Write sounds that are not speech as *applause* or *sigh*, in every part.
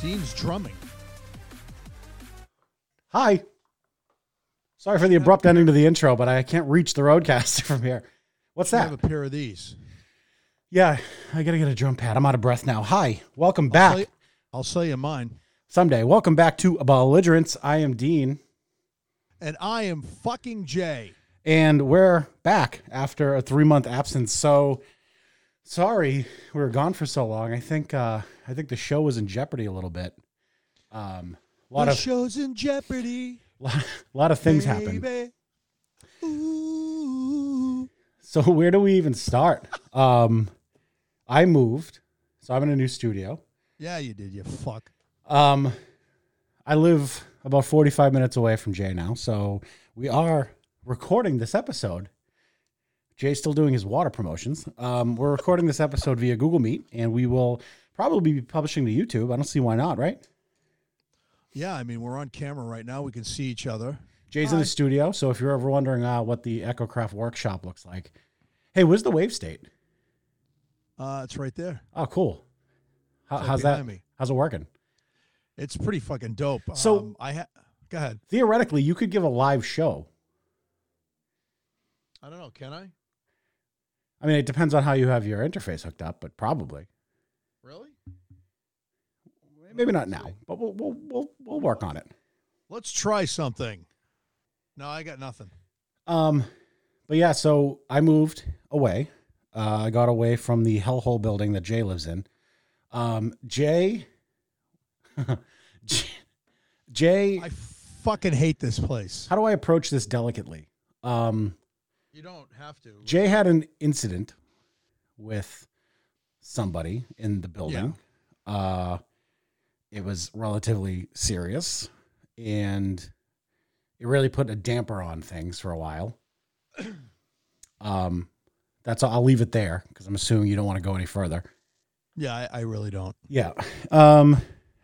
Dean's drumming. Hi. Sorry for the abrupt ending to the intro, but I can't reach the roadcaster *laughs* from here. What's I have that? a pair of these. Yeah, I gotta get a drum pad. I'm out of breath now. Hi, welcome I'll sell, you, back. I'll sell you mine. Someday, welcome back to Belligerence. I am Dean, And I am fucking Jay. and we're back after a three month absence. So sorry we were gone for so long. I think uh, I think the show was in jeopardy a little bit. Um, a lot the of show's in jeopardy. lot, lot of *laughs* things happened. baby. Ooh. So *laughs* where do we even start? Um, I moved, so I'm in a new studio. Yeah, you did, you fuck. Um, I live about 45 minutes away from Jay now, so we are recording this episode. Jay's still doing his water promotions. Um, we're recording this episode via Google Meet, and we will probably be publishing to YouTube. I don't see why not, right? Yeah, I mean, we're on camera right now. We can see each other. Jay's Uh, in the studio, so if you're ever wondering uh, what the EchoCraft workshop looks like, hey, where's the wave state? Uh, it's right there. Oh, cool. How, It's right how's that? behind me. How's it working? It's pretty fucking dope. So- um, I ha- go ahead. Theoretically, you could give a live show. I don't know. Can I? I mean, it depends on how you have your interface hooked up, but probably. Really? Maybe not now, but we'll we'll we'll, we'll work on it. Let's try something. No, I got nothing. Um, but yeah, so I moved away. Uh, I got away from the hellhole building that Jay lives in. Um, Jay, *laughs* J- Jay, I fucking hate this place. how do I approach this delicately? Um, You don't have to. Jay had an incident with somebody in the building. Uh, it was relatively serious and it really put a damper on things for a while. *clears throat* Um, that's all. I'll leave it there because I'm assuming you don't want to go any further. Yeah, I, I really don't. Yeah. Um,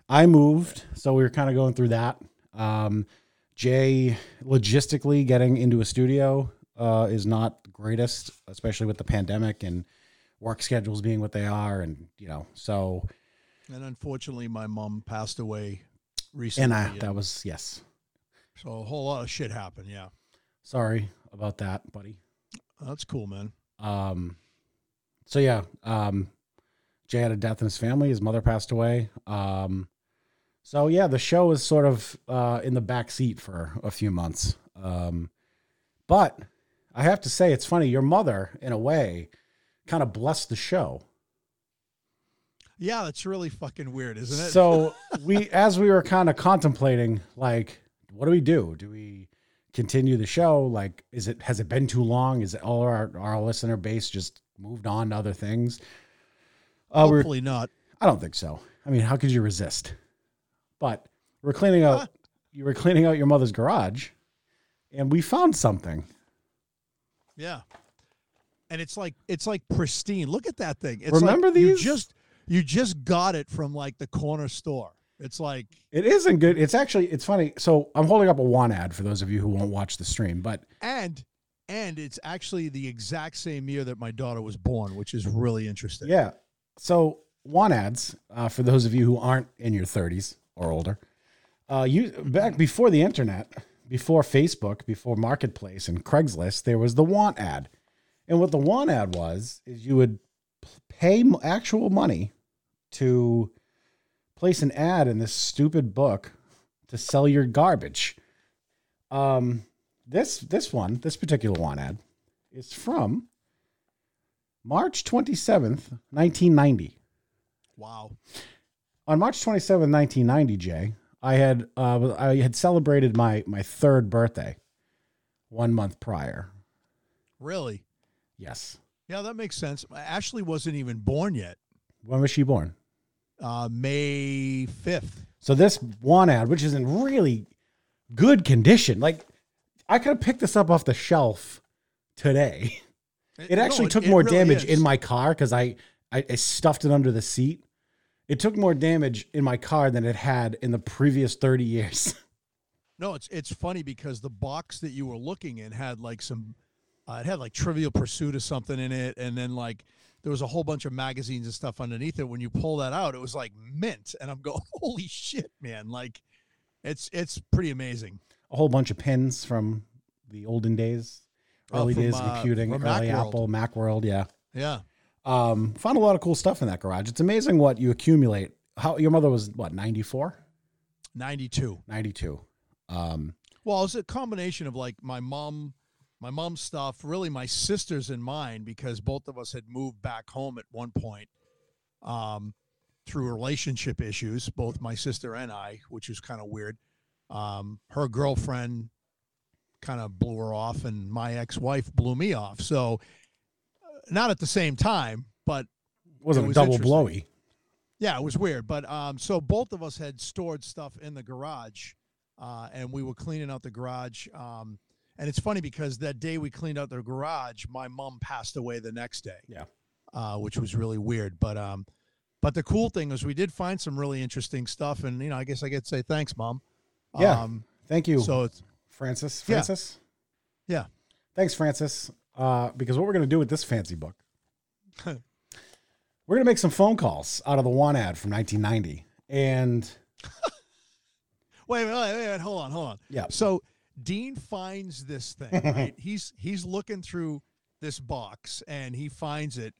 I moved, so we were kind of going through that. Um, Jay, logistically getting into a studio uh, is not the greatest, especially with the pandemic and work schedules being what they are, and you know, so And unfortunately, my mom passed away and recently. I, that was yes. so a whole lot of shit happened. Yeah, Sorry about that, buddy. that's cool, man. Um, so yeah, um, Jay had a death in his family. His mother passed away. Um, so yeah, the show is sort of uh, in the back seat for a few months. Um, but I have to say, it's funny. Your mother, in a way, kind of blessed the show. Yeah, that's really fucking weird, isn't it? So we, as we were kind of contemplating, like, what do we do? Do we continue the show? Like, is it has it been too long? Is it all our our listener base just moved on to other things? Uh, we were, hopefully not. I don't think so. I mean, how could you resist? But we're cleaning out. you were cleaning out your mother's garage, and we found something. Yeah, and it's like it's like pristine. Look at that thing. It's Remember like You these? just you just got it from like the corner store. It's like It isn't good. It's actually it's funny. So I'm holding up a one ad for those of you who won't watch the stream, but and and it's actually the exact same year that my daughter was born, which is really interesting. Yeah. So want ads uh, for those of you who aren't in your 30s or older. Uh, you back before the internet, before Facebook, before Marketplace and Craigslist, there was the want ad, and what the want ad was is you would p- pay m- actual money to place an ad in this stupid book to sell your garbage. Um, this this one, this particular want ad, is from March 27th, 1990. Wow. On March 27th, 1990, Jay, I had uh, I had celebrated my my third birthday 1 month prior. Really. Yes. Yeah, that makes sense. Ashley wasn't even born yet. When was she born? uh, May 5th. So this one ad, which is in really good condition, like I could have picked this up off the shelf today. *laughs* It no, actually it- took it more really damage is. in my car because I, I I stuffed it under the seat. It took more damage in my car than it had in the previous thirty years. *laughs* No, it's it's funny because the box that you were looking in had like some, uh, it had like Trivial Pursuit or something in it, and then like there was a whole bunch of magazines and stuff underneath it. When you pull that out, it was like mint, and I'm going, *laughs* holy shit, man! Like, it's it's pretty amazing. A whole bunch of pins from the olden days, Oh, early from, days uh, of computing, from early Macworld. Apple, MacWorld, yeah. Yeah, Um, found a lot of cool stuff in that garage. It's amazing what you accumulate. How your mother was what 94? ninety two. 92. Um, Well, it's a combination of like my mom, my mom's stuff, really my sisters and mine, because both of us had moved back home at one point um, through relationship issues, both my sister and I, which was kind of weird. Um, her girlfriend kind of blew her off, and my ex wife blew me off. So, uh, not at the same time, but wasn't It a was double interesting. blowy. yeah, it was weird. But um, so both of us had stored stuff in the garage, uh, and we were cleaning out the garage. Um, and it's funny because that day we cleaned out the garage, my mom passed away the next day. Yeah. uh, which was really weird. But um, but the cool thing is we did find some really interesting stuff, and you know, I guess I get to say thanks, mom. Yeah. Um, Thank you, so it's Francis. Yeah. Francis. Yeah. Thanks, Francis. Uh, because what we're gonna do with this fancy book, we're gonna make some phone calls out of the one ad from 1990, and wait, wait, wait, wait, hold on, hold on. yeah, So Dean finds this thing, right? he's he's looking through this box and he finds it.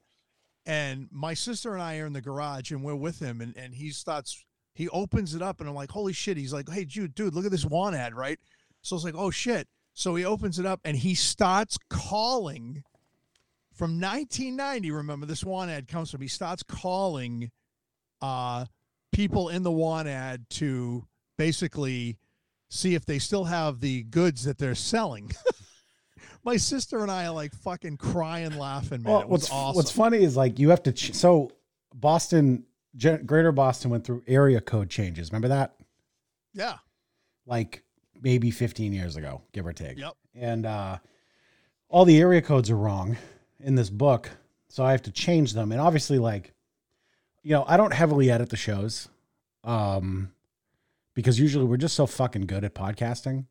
And my sister and I are in the garage and we're with him and, and he starts he opens it up and I'm like, holy shit. He's like, Hey Jude, dude, look at this one ad, right? So I was like, oh shit. So he opens it up and he starts calling from 1990. Remember, this one ad comes from he starts calling uh people in the one ad to basically see if they still have the goods that they're selling. *laughs* My sister and I are like fucking crying, laughing, man. Well, it was what's awesome. what's funny is like you have to ch- so Boston, Gen- Greater Boston went through area code changes. Remember that? yeah. Like maybe 15 years ago, give or take. Yep. And uh, all the area codes are wrong in this book, so I have to change them. And obviously, like you know, I don't heavily edit the shows, um, because usually we're just so fucking good at podcasting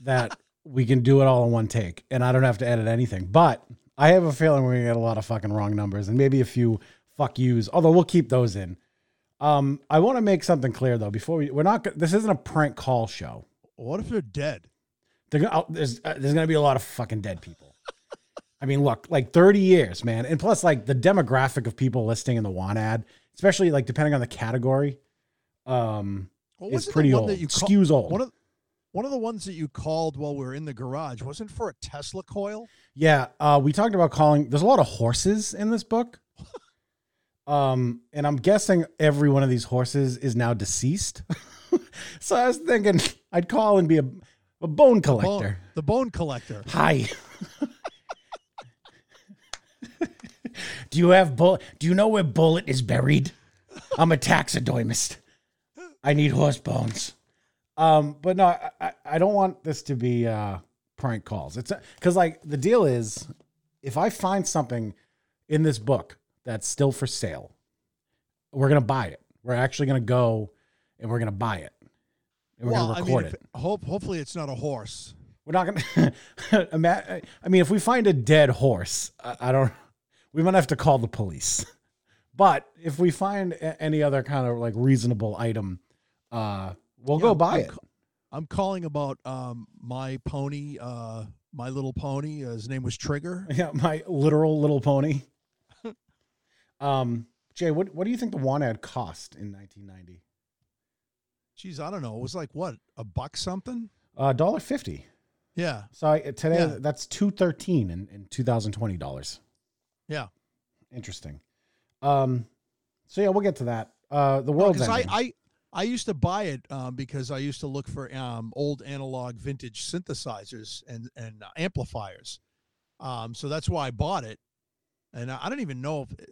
that we can do it all in one take, and I don't have to edit anything. But I have a feeling we're gonna get a lot of fucking wrong numbers and maybe a few fuck yous. Although we'll keep those in. Um, I want to make something clear though. Before we, we're not. go- This isn't a prank call show. What if they're dead? They're gonna, oh, there's uh, there's gonna be a lot of fucking dead people. I mean, look, like 30 years, man, and plus like the demographic of people listing in the want ad, especially like depending on the category, um, What is was it, pretty the one old. That you ca- Skews old. One of one of the ones that you called while we were in the garage wasn't for a Tesla coil. yeah, uh, we talked about calling. There's a lot of horses in *laughs* this book, um, and I'm guessing every one of these horses is now deceased. *laughs* so I was thinking I'd call and be a, a bone Bone- collector. the bone collector. Hi. do you have bullet? Do you know where Bullet is buried? I'm a taxidermist. I need horse bones. Um, but no, I, I, I don't want this to be uh, prank calls. It's because like the deal is, if I find something in this book that's still for sale, we're gonna buy it. We're actually gonna go and we're gonna buy it, and we're well, gonna I record mean, it. if, hope hopefully it's not a horse. We're not gonna. *laughs* ima- I mean, if we find a dead horse, I, I don't. We might have to call the police. But if we find a- any other kind of like reasonable item, uh, we'll Yeah, go I'm- buy I'm it. ca- I'm calling about um, my pony, uh, my little pony. Uh, his name was Trigger. *laughs* Yeah, my literal *laughs* little pony. um, Jay, what what do you think the one ad cost in 1990? Geez, I don't know. It was like what a buck something. Uh, dollar fifty. Yeah, So I, today Yeah. that's two thirteen in, in 2020 dollars. Yeah. Interesting. Um, so yeah, we'll get to that. Uh, the world. because I, I I used to buy it um, because I used to look for um, old analog vintage synthesizers and and uh, amplifiers. Um, so that's why I bought it, and I, I don't even know if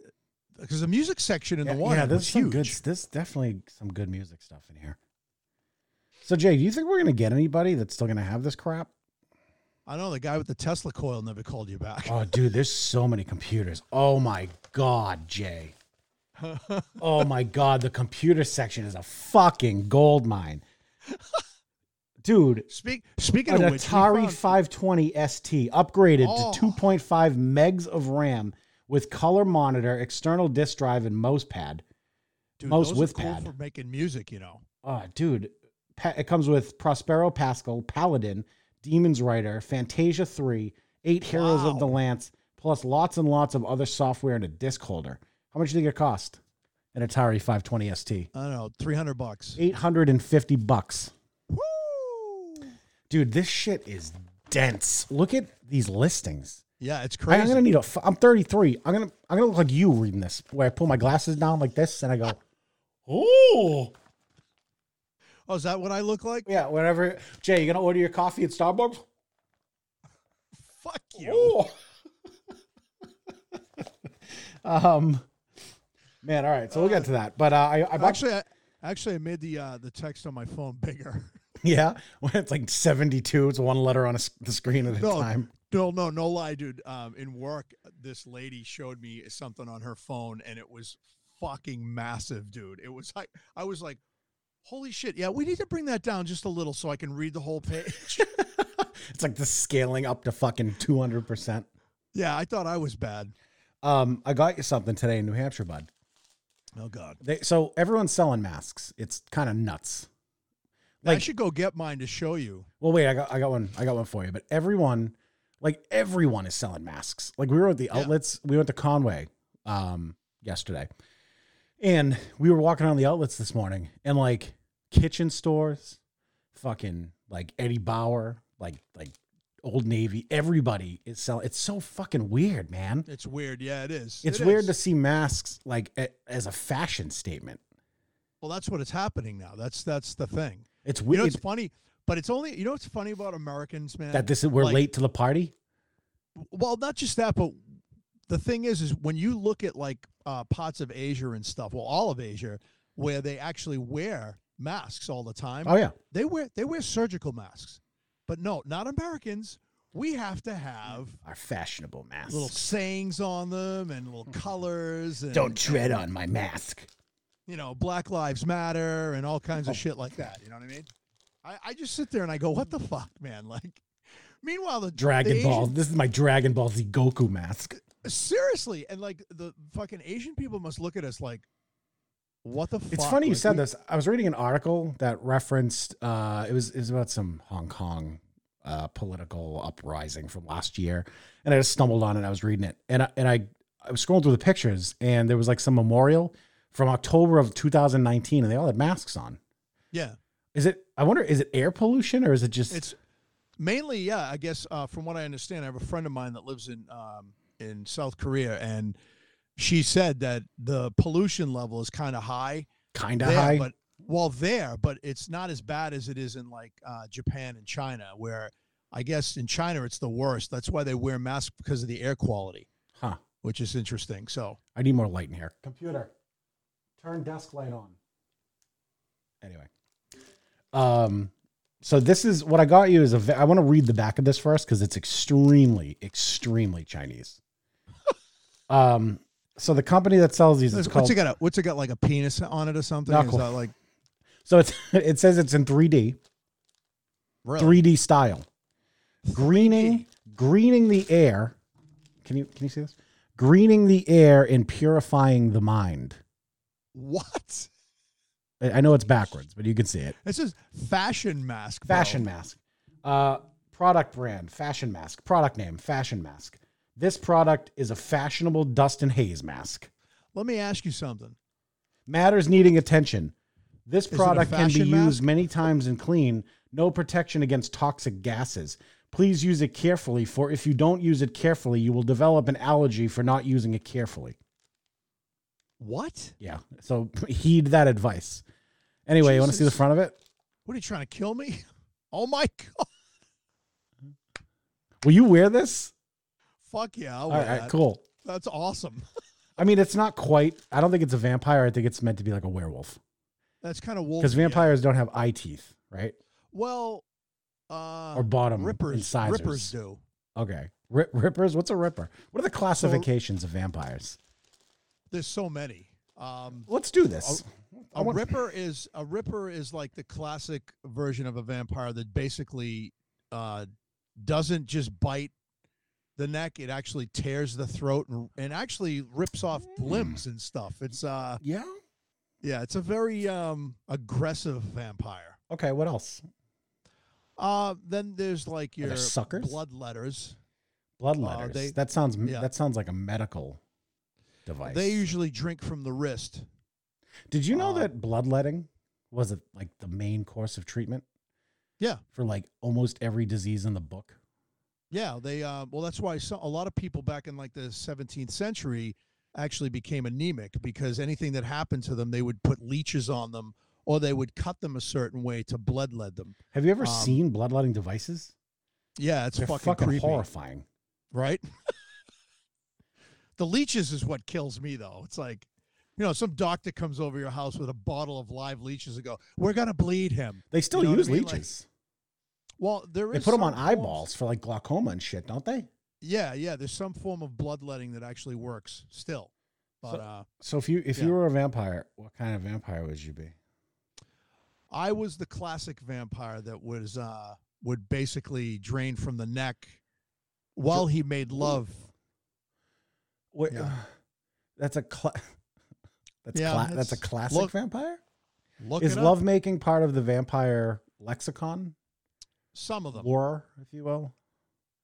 because the music section in yeah, the one yeah, ad there's was some huge. good. There's definitely some good music stuff in here. So Jay, do you think we're gonna get anybody that's still gonna have this crap? I know the guy with the Tesla coil never called you back. *laughs* *laughs* Oh, dude, there's so many computers. Oh my *laughs* god, Jay. oh my god, the computer section is a fucking gold mine. Dude, Speak, speaking an of which, we Atari found- 520 ST upgraded Oh. to 2.5 megs of RAM with color monitor, external disk drive, and mouse pad. dude, mouse those are with cool pad. for making music. You know, Oh, dude, pa- it comes with Prospero Pascal, Paladin, Demon's Rider, Fantasia 3, Eight Heroes of the Lance, plus lots and lots of other software and a disc holder. How much do you think it cost? An Atari 520 ST. I don't know, three hundred bucks. 850 bucks. Woo! Dude, this shit is dense. Look at these listings. Yeah, it's I, crazy. am gonna need a. f- I'm 33. I'm gonna. I'm gonna look like you reading this, where I pull my glasses down like this and I go, "Oh, oh, is that what I look like? yeah." Whatever. Jay, you gonna order your coffee at Starbucks? Fuck you. Ooh. *laughs* um, man. All right, so we'll get to that. But uh, I, I actually, Actually, *laughs* I, actually, I made the uh, the text on my phone *laughs* bigger. yeah, when it's like 72. It's one letter on a s the screen at a No, time. no, no, no lie, dude. Um, in work, this lady showed me something on her phone, and it was fucking massive, dude. It was like I was like, "Holy shit!" Yeah, we need to bring that down just a little so I can read the whole *laughs* page. *laughs* It's like the scaling up to fucking 200. percent yeah, I thought I was bad. Um, I got you something today in New Hampshire, bud. Oh god, They, so everyone's selling masks. It's kind of nuts. I Like- should go get mine to show you. Well, wait, I got I got one. I got one for you. But everyone, like everyone, is selling masks. Like we were at the Yeah. outlets. We went to Conway um, yesterday, and we were walking on the outlets this morning, and like kitchen stores, fucking like Eddie Bauer, like like Old Navy. Everybody is selling. It's so fucking weird, man. It's weird. Yeah, it is. It's It weird is. to see masks like a, as a fashion statement. well, that's what is happening now. That's that's the thing. It's You know, weird it's funny, but it's only you know what's funny about Americans, man. that this is we're like- late to the party. well not just that but the thing is is when you look at like uh, parts of asia and stuff well all of asia where they actually wear masks all the time Oh yeah. they wear they wear surgical masks but no not americans we have to have Our fashionable masks. little sayings on them and little colors and Mm. Don't tread on my mask. you know black lives matter and all kinds Oh. of shit like that you know what i mean i, I just sit there and i go what the fuck man *laughs* like meanwhile the the Dragon Asian- Ball. This is my Dragon Ball Z Goku mask. Seriously, and like the fucking Asian people must look at us like, what the fuck? It's funny you Like, said we- this. I was reading an article that referenced uh it was it was about some Hong Kong uh political uprising from last year. And I just stumbled on it. I was reading it. And I and I, I was scrolling through the pictures and there was like some memorial from October of 2019 and they all had masks on. Yeah, Is it I wonder is it air pollution or is it just it's mainly yeah. I guess uh, from what I understand, I have a friend of mine that lives in um, in South Korea, and she said that the pollution level is kind of high kind of there, high? but well there, but it's not as bad as it is in like uh, Japan and China, where I guess in China it's the worst. That's why they wear masks because of the air quality, Huh. which is interesting. So I need more light in here. Computer, turn desk light on. Anyway, um, so this is what I got you is a. ve- I want to read the back of this first because it's extremely, extremely Chinese. *laughs* um, so the company that sells these is What's called. it got? A, what's it got like a penis on it or something? Knuckle. Is that like So it's *laughs* it says it's in 3D, really? 3D style, greening, greening the air. Can you can you see this? Greening the air and purifying the mind. What? *laughs* I I know it's backwards, but you can see it. This is fashion mask. bro. Fashion mask. Uh, product brand, fashion mask. Product name, fashion mask. This product is a fashionable dust and haze mask. Let me ask you something. Matters needing attention. This it a product can be fashion used mask? many times and clean. No protection against toxic gases. Please use it carefully, for if you don't use it carefully, you will develop an allergy for not using it carefully. What? Yeah. So *laughs* heed that advice. Anyway, you want to see the Jesus. front of it? What are you trying to kill me? *laughs* Oh my god! Will you wear this? Fuck yeah! I'll All wear right, that. cool. That's awesome. *laughs* I mean, it's not quite. I don't think it's a vampire. I think it's meant to be like a werewolf That's kind of wolf. because vampires don't have eye teeth, right? Well, uh, Or bottom rippers, Um, incisors. rippers do. Okay. Rip, rippers. What's a ripper? What are the classifications of vampires? There's so many. Um, Let's do this. I a want- ripper is a ripper is like the classic version of a vampire that basically uh, doesn't just bite the neck; it actually tears the throat and, and actually rips off Mm. limbs and stuff. It's uh, Yeah. yeah, it's a very um, aggressive vampire. Okay. What else? Uh, then there's like Are there your suckers? bloodletters. Bloodletters. Uh, they- that sounds. yeah. That sounds like a medical device. They usually drink from the wrist. Did you know uh, that bloodletting was a, like the main course of treatment? Yeah. For like almost every disease in the book. Yeah, they uh, well, that's why so, a lot of people back in like the 17th century actually became anemic because anything that happened to them, they would put leeches on them or they would cut them a certain way to bloodlet them. Have you ever Um, seen bloodletting devices? Yeah, it's They're fucking, fucking, creepy, horrifying. right? *laughs* the leeches is what kills me though. It's like, you know, some doctor comes over your house with a bottle of live leeches and go, "We're gonna bleed him." They still know what I use mean? Like, leeches. Well, there is they put them on some forms- eyeballs for like glaucoma and shit, don't they? Yeah, yeah. There's some form of bloodletting that actually works still, but So- uh, So if you if Yeah. you were a vampire, what kind of vampire would you be? I was the classic vampire that was uh would basically drain from the neck while he made love. What, Yeah. *sighs* that's a cla- *laughs* that's Yeah, cla- that's, a that's- classic look- vampire. Look Is it up. love making part of the vampire lexicon, some of them. lore, if you will?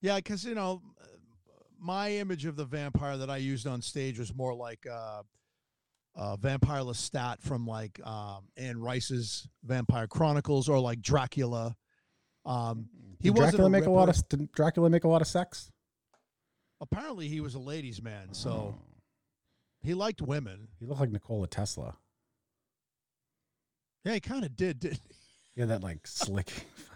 Yeah, cuz you know uh, my image of the vampire that I used on stage was more like uh uh, Vampire Lestat from like um, Anne Rice's Vampire Chronicles or like Dracula. Um, he Did wasn't Dracula a make a lot ripper. of did Dracula make a lot of sex? apparently he was a ladies' man, so Oh. he liked women. he looked like Nikola Tesla. Yeah, he *laughs* kind of did, did Yeah, that like slick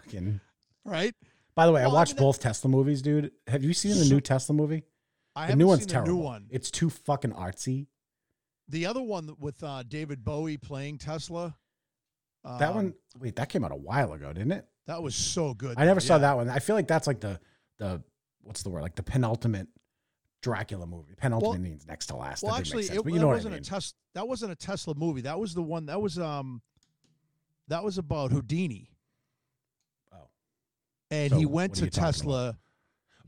fucking. right? By the way, Well, I I watched mean, that- both Tesla movies, dude. Have you seen the new Tesla movie? I The haven't new one's seen the terrible. new one. It's too fucking artsy. The other one th- with uh, David Bowie playing Tesla. That um, one, wait, that came out a while ago, didn't it? That was so good. I never though, saw yeah. that one. I feel like that's like the the what's the word? Like the penultimate Dracula movie. Penultimate Well- means next to last. Well, that didn't make actually, sense, it, but you that know what I wasn't mean. a Tesla. That wasn't a Tesla movie. That was the one. That was um. That was about Houdini, oh, and So, he what went are to you talking about? Tesla.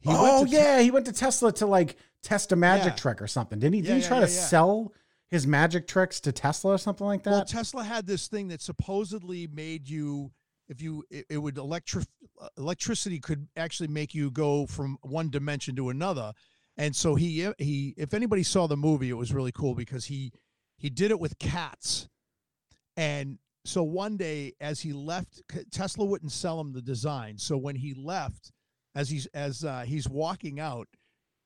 He went oh to Te- yeah, he went to Tesla to like test a magic Yeah. trick or something, didn't he? Yeah, Didn't he yeah, try yeah, to yeah. sell his magic tricks to Tesla or something like that? well, Tesla had this thing that supposedly made you, if you, it, it would electric electricity could actually make you go from one dimension to another, and so he he. If anybody saw the movie, it was really cool because he he did it with cats, and so one day as he left, c- Tesla wouldn't sell him the design. So when he left, as he's as uh, he's walking out,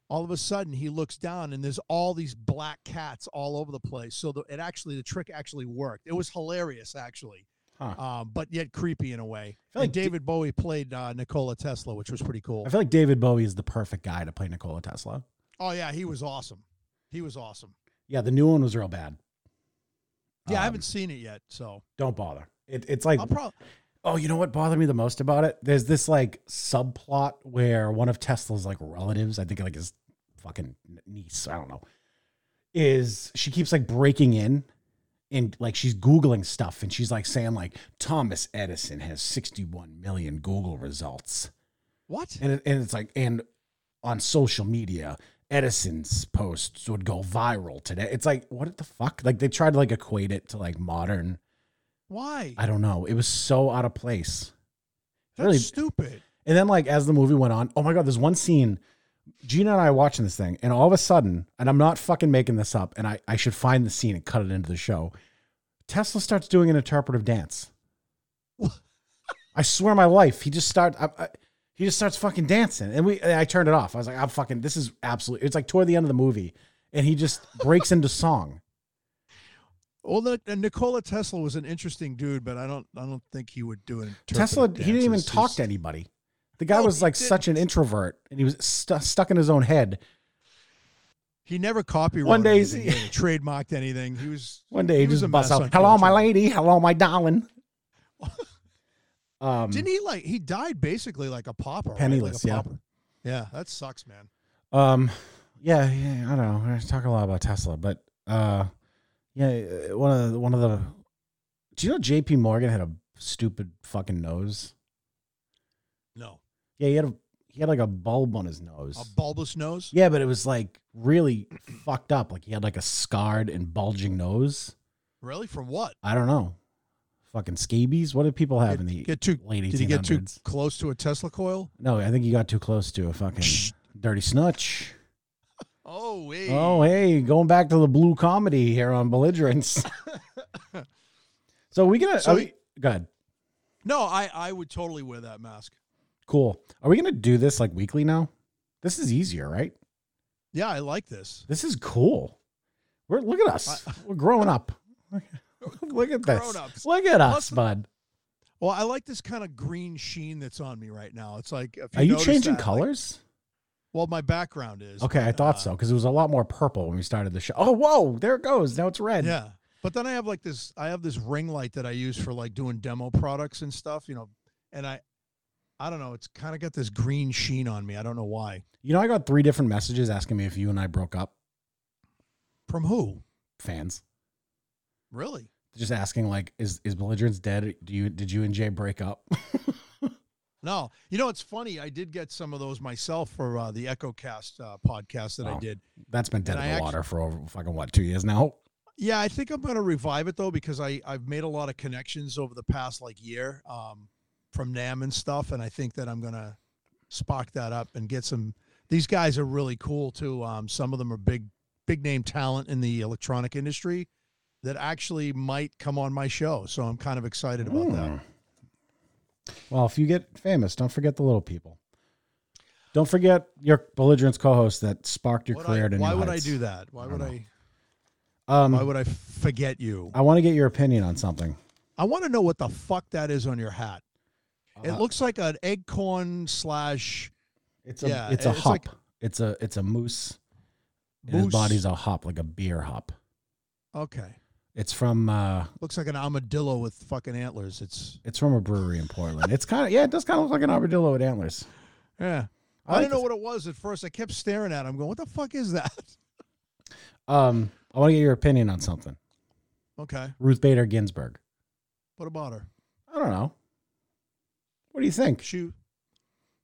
all of a sudden he looks down and there's all these black cats all over the place so the, it actually the trick actually worked it was hilarious actually Huh. um, but yet creepy in a way feel like and Di- david bowie played uh, nikola tesla which was pretty cool I feel like David Bowie is the perfect guy to play Nikola Tesla. oh yeah he was awesome he was awesome Yeah, the new one was real bad. yeah i Um, haven't seen it yet so Don't bother. It, it's like i'll probably Oh, you know what bothered me the most about it? There's this like subplot where one of Tesla's like relatives, I think like his fucking niece, I don't know, is she keeps like breaking in and like she's Googling stuff and she's like saying like Thomas Edison has 61 million Google results. what And, it, and it's like, and on social media, Edison's posts would go viral today. It's like, what the fuck? Like they tried to like equate it to like modern. why I don't know. It was so out of place. that's really- stupid And then like as the movie went on, oh my god, there's one scene. Gina and I are watching this thing, and all of a sudden, and I'm not fucking making this up, and I, I should find the scene and cut it into the show. Tesla starts doing an interpretive dance. I swear my life, he just start I, I, he just starts fucking dancing, and we and I turned it off. I was like, I'm fucking. This is absolutely. It's like toward the end of the movie, and he just breaks into song. well the, and nikola tesla was an interesting dude but i don't i don't think he would do it Tesla, he didn't even talk to anybody. The guy No, was he like such an introvert, and he was stu stuck in his own head. He never copyrighted One day anything, he's- he never trademarked anything. He was One day he was a just busts mess out, on "Hello, my Twitter. lady. Hello, my darling." *laughs* um, didn't he like he died basically like a pauper, right? Like a Penniless, yeah. pauper. yeah, that sucks, man. um, yeah, yeah, I don't know. I talk a lot about Tesla, but uh, yeah, uh, one of the, one of the. Do you know J.P. Morgan had a stupid fucking nose? No, Yeah, he had a he had like a bulb on his nose. a bulbous nose. Yeah, but it was like really fucked up. Like he had like a scarred and bulging nose. Really, from what? I don't know. Fucking scabies. What did people have in the Get, get too? late 1800s? Did he get too close to a Tesla coil? No, I think he got too close to a fucking dirty snutch. Oh wait. Oh, hey, going back to the blue comedy here *laughs* on belligerence. so we gonna So are he- we, go ahead. No, I I would totally wear that mask. Cool. Are we gonna do this like weekly now? This is easier, right? Yeah, I like this. This is cool. We're look at us. I- *laughs* We're growing up. look at this. Grown-ups. Look at us, Listen- bud. Well, I like this kind of green sheen that's on me right now. It's like if Are you notice changing that, like- colors? well, my background is okay, I but, thought uh, so because it was a lot more purple when we started the show. Oh, whoa, there it goes. Now it's red. Yeah. But then I have like this I have this ring light that I use for like doing demo products and stuff, you know. And I I don't know, it's kind of got this green sheen on me. I don't know why. You know, I got three different messages asking me if you and I broke up. From who? Fans Really? just asking like, is is belligerence dead? Do you did you and Jay break up? *laughs* No. You know, it's funny. I did get some of those myself for uh, the EchoCast uh, podcast that I Wow. did. That's been dead And in I the actu- water for over fucking what two years now. Yeah, I think I'm going to revive it though because I I've made a lot of connections over the past like year um, from Nam and stuff, and I think that I'm going to spark that up and get some. These guys are really cool too. Um, some of them are big big name talent in the electronic industry that actually might come on my show. So I'm kind of excited about Hmm. that. Well, if you get famous, don't forget the little people. Don't forget your belligerence co-host that sparked your What career I- to new why would heights. I do that? Why would don't Uh, I? Um, Why would I forget you? I want to get your opinion on something. I want to know what the fuck that is on your hat. It Uh, looks like an eggcorn slash It's a Yeah, it's a it's hop. like- it's a it's a moose. and Moose. His body's a hop, like a beer hop. okay. It's from uh Looks like an armadillo with fucking antlers. It's it's from a brewery in Portland. It's kind of yeah, it does kind of look like an armadillo with antlers. yeah. I I, like didn't know this. what it was at first. I kept staring at him, going, "What the fuck is that?" *laughs* Um, I want to get your opinion on something. Okay, Ruth Bader Ginsburg. what about her? I don't know. What do you think? She,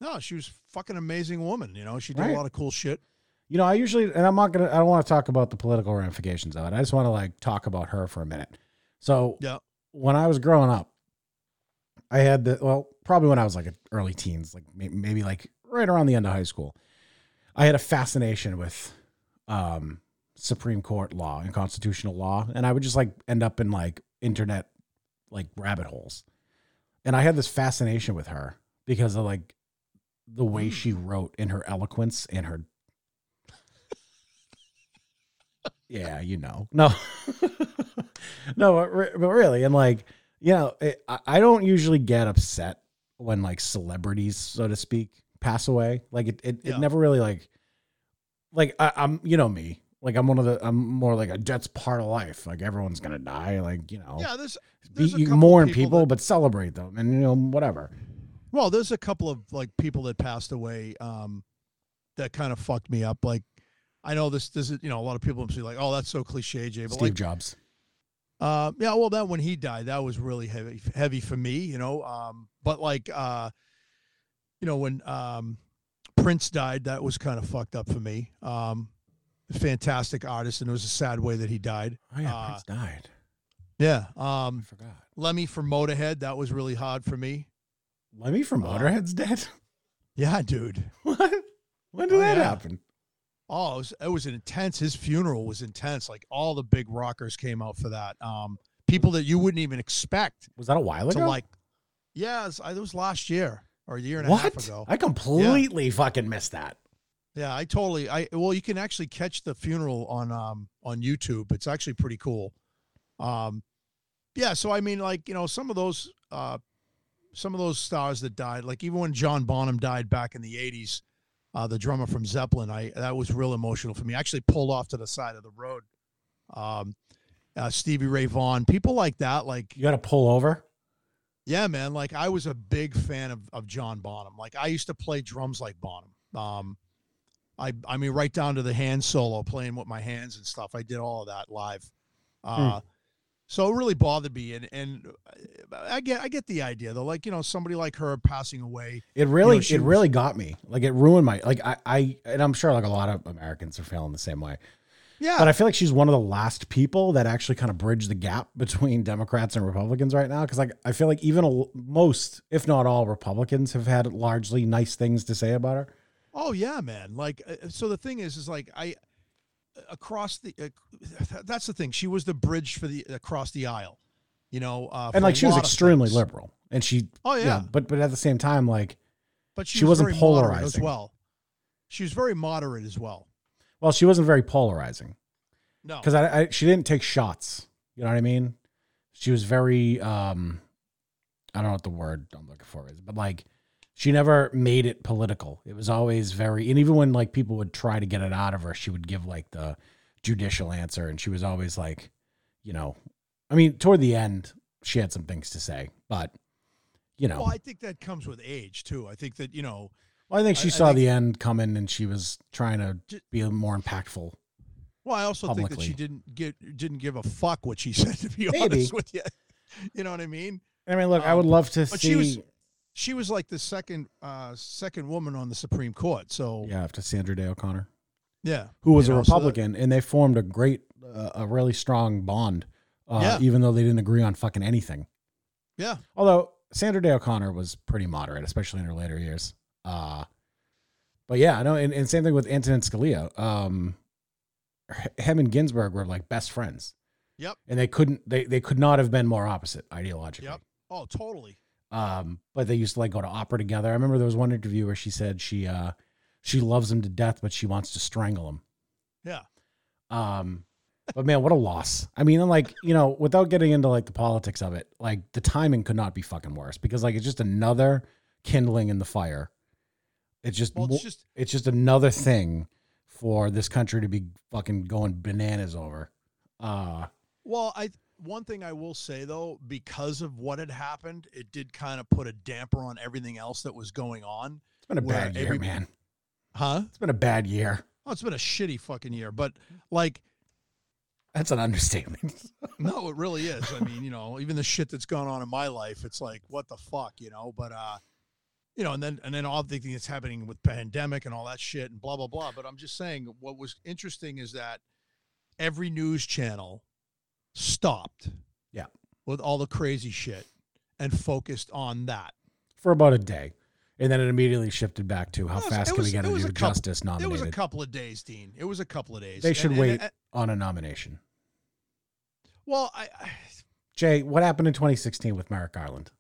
no, she was fucking amazing woman. You know, she did Right. a lot of cool shit. You know, I usually and I'm not gonna. I don't want to talk about the political ramifications of it. I just want to like talk about her for a minute. So Yeah. when I was growing up, I had the well, probably when I was like early teens, like may- maybe like right around the end of high school, I had a fascination with um Supreme Court law and constitutional law, and I would just like end up in like internet like rabbit holes. And I had this fascination with her because of like the way she wrote and her eloquence and her *laughs* Yeah, you know. No. *laughs* no, but re- but really and like, you know, it, I I don't usually get upset when like celebrities so to speak pass away. Like it it, Yeah. it never really like like I, I'm you know me. Like I'm one of the I'm more like a that's part of life. Like everyone's gonna die. Like you know, Yeah, there's, Oh. be, there's a you couple mourn people, people that- but celebrate them, and you know whatever. well, there's a couple of like people that passed away um, that kind of fucked me up. Like, I know this, this is you know a lot of people be like, "Oh, that's so cliche, Jay," but Steve like, Jobs. Uh, yeah, well, that when he died, that was really heavy, heavy for me, you know. Um, but like, uh, you know, when um, Prince died, that was kind of fucked up for me. Um, fantastic artist, and it was a sad way that he died. Oh yeah, Uh, Prince died. Yeah. I Um, forgot. Lemmy from Motorhead, that was really hard for me. Lemmy from uh, Motorhead's dead. *laughs* Yeah, dude. what? When did Oh, that yeah. happen? Oh, it was, it was intense. His funeral was intense. Like all the big rockers came out for that. Um, people that you wouldn't even expect Was that a while to ago? like. Yes, I, it was last year or a year and a half what? ago. I completely fucking missed that. Yeah, I totally. I well, you can actually catch the funeral on um on YouTube. It's actually pretty cool. Um, yeah. So I mean, like you know, some of those uh, some of those stars that died, like even when John Bonham died back in the '80s, uh, the drummer from Zeppelin. I that was real emotional for me. I actually pulled off to the side of the road. Um, uh, Stevie Ray Vaughan, people like that, like You got to pull over. yeah, man. Like I was a big fan of, of John Bonham. Like I used to play drums like Bonham. Um, I I mean, right down to the hand solo, playing with my hands and stuff. I did all of that live. Uh, Hmm. So it really bothered me, and and uh, I get I get the idea though. Like you know, somebody like her passing away. It really, she it was- really got me. Like it ruined my, like I, I, and I'm sure like a lot of Americans are feeling the same way. Yeah, But I feel like she's one of the last people that actually kind of bridged the gap between Democrats and Republicans right now. Because like I feel like even a, most, if not all, Republicans have had largely nice things to say about her. Oh yeah, man. Like uh, so the thing is is like I across the uh, th- that's the thing. She was the bridge for the across the aisle. You know, uh, for and like a she was lot of extremely things. liberal and she Oh yeah. yeah. but but at the same time like But she, she was wasn't very moderate as polarizing. well. She was very moderate as well. well she wasn't very polarizing No. because I, I she didn't take shots you know what i mean she was very um i don't know what the word i'm looking for is but like she never made it political it was always very and even when like people would try to get it out of her she would give like the judicial answer and she was always like you know i mean toward the end she had some things to say but you know Well, I think that comes with age too. I think that, you know, Well, I think she I- I saw think- the end coming and she was trying to be more impactful. well, I also think that she Publicly. didn't get didn't give a fuck what she *laughs* said to be Maybe. honest with you. You know what I mean? I mean, look, I would Um, love to but see. she was- She was like the second uh second woman on the Supreme Court. So yeah, after Sandra Day O'Connor, yeah. who was You a know, so that- Republican, and they formed a great, uh, a really strong bond, uh, Yeah. even though they didn't agree on fucking anything. Yeah. Although Sandra Day O'Connor was pretty moderate, especially in her later years. Uh, but yeah, I know. And, and same thing with Antonin Scalia. Um, him and Ginsburg were like best friends. Yep. And they couldn't, they, they could not have been more opposite ideologically. Yep. Oh, totally. um, but they used to like go to opera together. I remember there was one interview where she said she uh, she loves him to death, but she wants to strangle him. Yeah. Um, but man, what a loss! I mean, and like you know, without getting into like the politics of it, like the timing could not be fucking worse because like it's just another kindling in the fire. It's just Well, mo- it's just it's just another thing for this country to be fucking going bananas over. Uh, well, I one thing I will say though, because of what had happened, it did kind of put a damper on everything else that was going on, it's been a Where bad year, every- man. huh? It's been a bad year. Oh, it's been a shitty fucking year, but like, That's an understatement. no, it really is. I mean, you know, even the shit that's gone on in my life, it's like, what the fuck, you know? But uh, you know, and then and then all the things that's happening with pandemic and all that shit and blah blah blah. But I'm just saying, what was interesting is that every news channel stopped, Yeah. with all the crazy shit and focused on that. for about a day, and then it immediately shifted back to how It was- fast it can we was- get it a was new a couple- justice It was nominated a couple of days, Dean. It was a couple of days. They should wait. and- on a nomination. well, I, I, Jay, what happened in 2016 with Merrick Garland?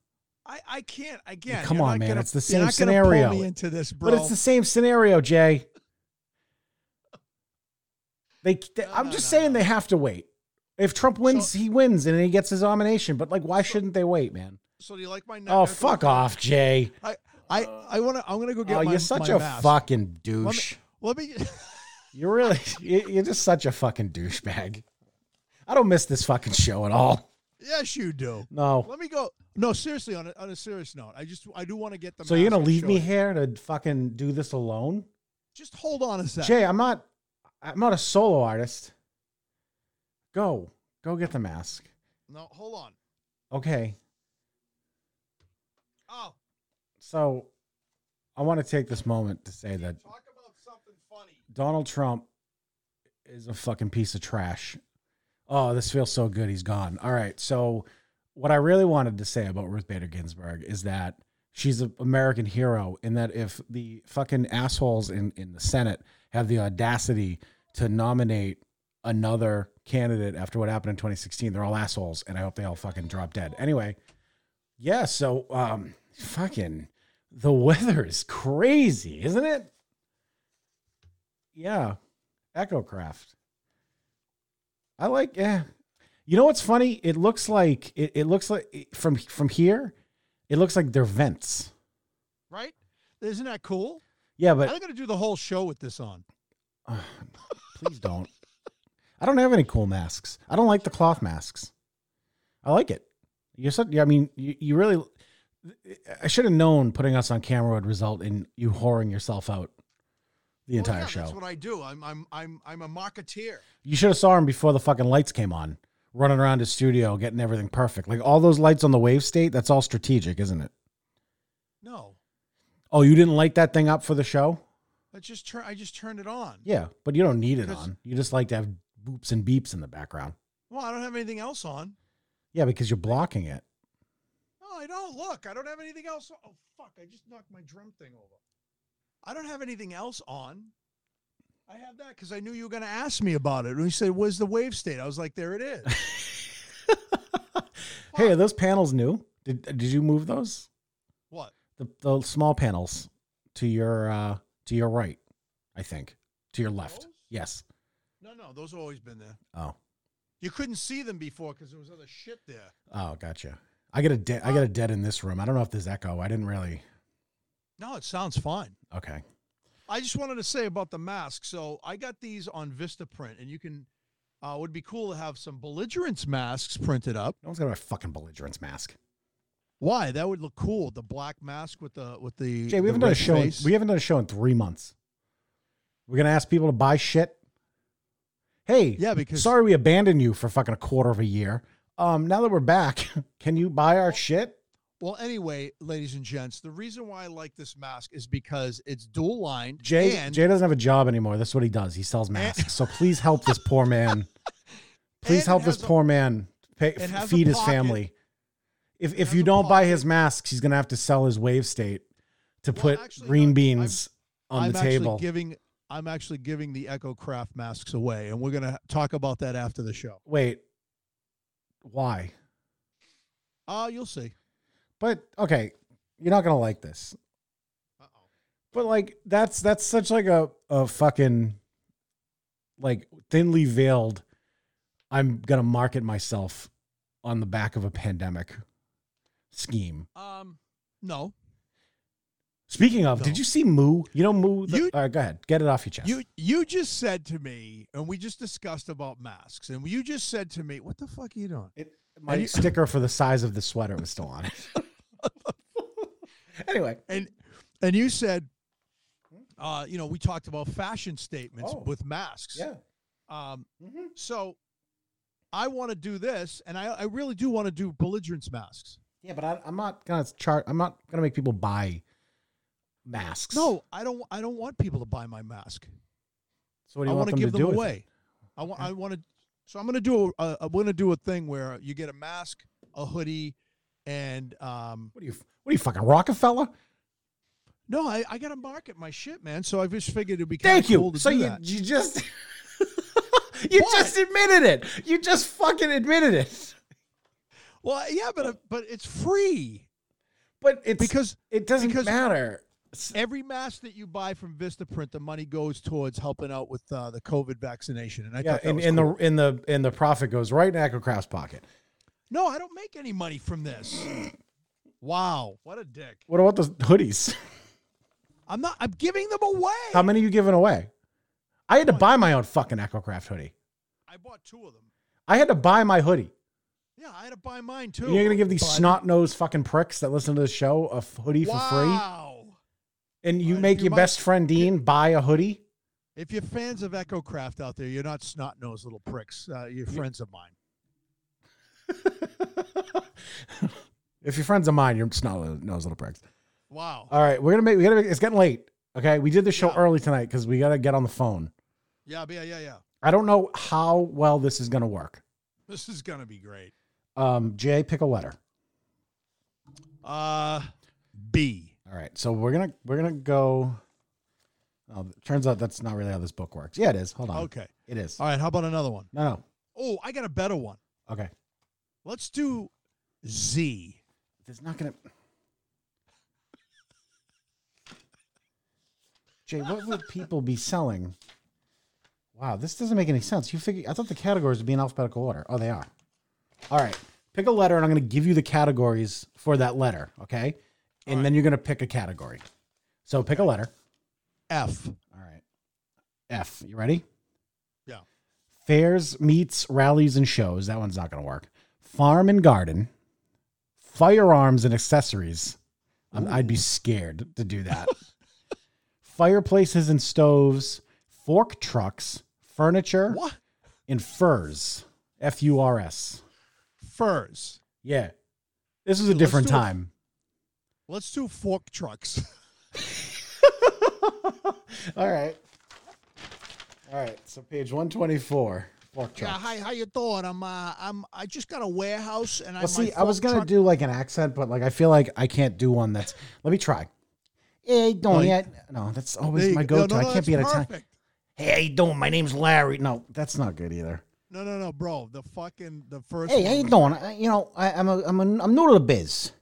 I, I can't. Again, Come you're on, not man, Gonna, it's the you're same not gonna Pull scenario. me into this, bro. But it's the same scenario, Jay. They, they- No, I'm no, just no, saying no. they have to wait. If Trump wins, he wins, and he gets his nomination. But like, why So- shouldn't they wait, man? so do you like my? ne- Oh, neck- fuck off, Jay. I, I want to. I'm gonna go get Oh, my. you're such my a mask. fucking douche. Let me. *laughs* You're really, you- you're just such a fucking douchebag. I don't miss this fucking show at all. yes, you do. No. Let me go. No, seriously. On a, on a serious note, I just I do want to get the. So you're mask gonna and leave show me you. here to fucking do this alone, Just hold on a sec. Jay? I'm not. I'm not a solo artist. Go, go get the mask. No, hold on. Okay, Oh, so I want to take this moment to say that talk about something funny. Donald Trump is a fucking piece of trash. Oh, this feels so good. He's gone. All right. So, what I really wanted to say about Ruth Bader Ginsburg is that she's an American hero, and that if the fucking assholes in, in the Senate have the audacity to nominate another candidate after what happened in 2016, they're all assholes, and I hope they all fucking drop dead. Anyway, yeah. So, um, fucking the weather is crazy, isn't it? Yeah. Echocraft. I like yeah. You know what's funny? It looks like it, it looks like it- from from here, it looks like they're vents. Right? Isn't that cool? Yeah, I'm but going to do the whole show with this on. please don't. I don't have any cool masks. I don't like the cloth masks. I like it. You're such, I mean, you, you really. I should have known putting us on camera would result in you whoring yourself out the Well, entire yeah, show. That's what I do. I'm I'm I'm I'm a marketeer. You should have saw him before the fucking lights came on, running around his studio getting everything perfect. Like all those lights on the wave state, that's all strategic, isn't it? No, Oh, you didn't light that thing up for the show? I just turn I just turned it on. Yeah, but you don't need it Because- on. You just like to have boops and beeps in the background. Well, I don't have anything else on. Yeah, because you're blocking it. No, I don't. Look, I don't have anything else. On. Oh fuck! I just knocked my drum thing over. I don't have anything else on. I have that because I knew you were going to ask me about it. And you said, "Where's the wave state?" I was like, "There it is." Hey, are those panels new? Did uh, did you move those? what? The the small panels to your uh to your right, I think. To your left. Those? Yes. No, no, those have always been there. Oh. You couldn't see them before because there was other shit there. Oh, gotcha. I get a dead I got a dead in this room. I don't know if there's echo. I didn't really No, it sounds fine. Okay. I just wanted to say about the mask. So I got these on Vista print, and you can. Uh, would be cool to have some belligerence masks printed up. No one's gonna wear a fucking belligerence mask. Why? That would look cool. The black mask with the with the. Jay, we the haven't done a red show. In, face. we haven't done a show in three months. We're gonna ask people to buy shit. Hey, Yeah, because- sorry we abandoned you for fucking a quarter of a year. Um, now that we're back, *laughs* can you buy our shit? Well, anyway, ladies and gents, the reason why I like this mask is because it's dual lined. Jay, and, Jay doesn't have a job anymore. That's what he does. He sells *laughs* masks. so please help this poor man. And Please it help this has a- poor man pay, it has a feed his pocket. family. If if has you a don't buy pocket. his masks, he's gonna have to sell his wave state to Well, put actually, no, green I'm- beans on I'm the actually table. giving. I'm actually giving the Echo Craft masks away, and we're gonna talk about that after the show. Wait, why? Uh, you'll see. But okay, you're not gonna like this. Uh-oh. But like that's that's such like a a fucking like thinly veiled. I'm gonna market myself on the back of a pandemic scheme. Um, no, Speaking of, No. did you see Moo? You know Moo. The, You- all right, go ahead, get it off your chest. You you just said to me, and we just discussed about masks, and you just said to me, "What the fuck are you doing?" It, my And you- *laughs* sticker for the size of the sweater was still on it. anyway, And and you said, uh, you know, we talked about fashion statements Oh. with masks. Um, Mhm. so I want to do this, and I, I really do want to do belligerence masks. yeah, but I, I'm not gonna chart. I'm not gonna make people buy masks. No, I don't. I don't want people to buy my mask. So what do I you want wanna them give to them do with it? away. I want. I want to. So I'm going to do. A, I'm going to do a thing where you get a mask, a hoodie, and um, What are you? What are you fucking Rockefeller? No, I, I gotta market my shit, man. So I just figured it'd be kind Thank of you. cool to so do you that. *laughs* you just *laughs* you What? just admitted it. You just fucking admitted it. Well, yeah, but uh, but it's free But it's because it doesn't because- matter. S- every mask that you buy from VistaPrint, the money goes towards helping out with uh, the COVID vaccination. And I Yeah, thought that and, was and cool. the and the and the profit goes right in Echo Craft's pocket. no, I don't make any money from this. wow, what a dick! What about the hoodies? I'm not. I'm giving them away. How many you giving away? I had to buy my own fucking Echo Craft hoodie. I bought two of them. I had to buy my hoodie. Yeah, I had to buy mine too. And You're gonna give these but- snot nosed fucking pricks that listen to the show a f- hoodie for free, Wow. and you Well, make you your might- best friend Dean buy *laughs* a hoodie. If you're fans of Echo Craft out there, you're not snot nosed little pricks. Uh, you're friends of mine. if your friends of mine, you're snot nose little pricks. Wow. All right, we're gonna make. We gotta. Make, it's getting late. Okay, we did the show Yeah. early tonight because we gotta get on the phone. yeah, yeah, yeah, yeah. I don't know how well this is gonna work. This is gonna be great. Um, Jay, pick a letter. Uh, B. All right, so we're gonna we're gonna go. Oh, it turns out that's not really how this book works. Yeah, it is. Hold on. Okay. It is. All right. How about another one? No, no. Oh, I got a better one. Okay. Let's do Z. There's not gonna. Jay, what would people be selling? Wow, this doesn't make any sense. You figure? I thought the categories would be in alphabetical order. Oh, they are. All right, pick a letter, and I'm going to give you the categories for that letter. Okay, and then you're going to pick a category. So pick a letter. F. All right. F. You ready? Yeah. Fairs, meets, rallies, and shows. That one's not going to work. Farm and garden. Firearms and accessories. I'm, I'd be scared to do that. *laughs* Fireplaces and stoves. Fork trucks. Furniture What? and furs. F U R S. Furs. Yeah. This was a Let's different do it. time. Let's do fork trucks. *laughs* All right. All right. So page 124. Fork Yeah, trucks. Uh, hi, how you doing? I'm uh, I'm I just got a warehouse and I Well, see, my I was fork gonna truck- do like an accent, but like I feel like I can't do one that's. Let me try. Hey, No, don't you- yet. No, that's There always you my go. No, go-to. no, I no, can't be at that's a time. perfect. Hey, don't. My name's Larry. No, that's not good either. No, no, no, bro. The fucking the first. Hey, how one you was- doing? I, you know, I, I'm a, I'm a, I'm new to the biz,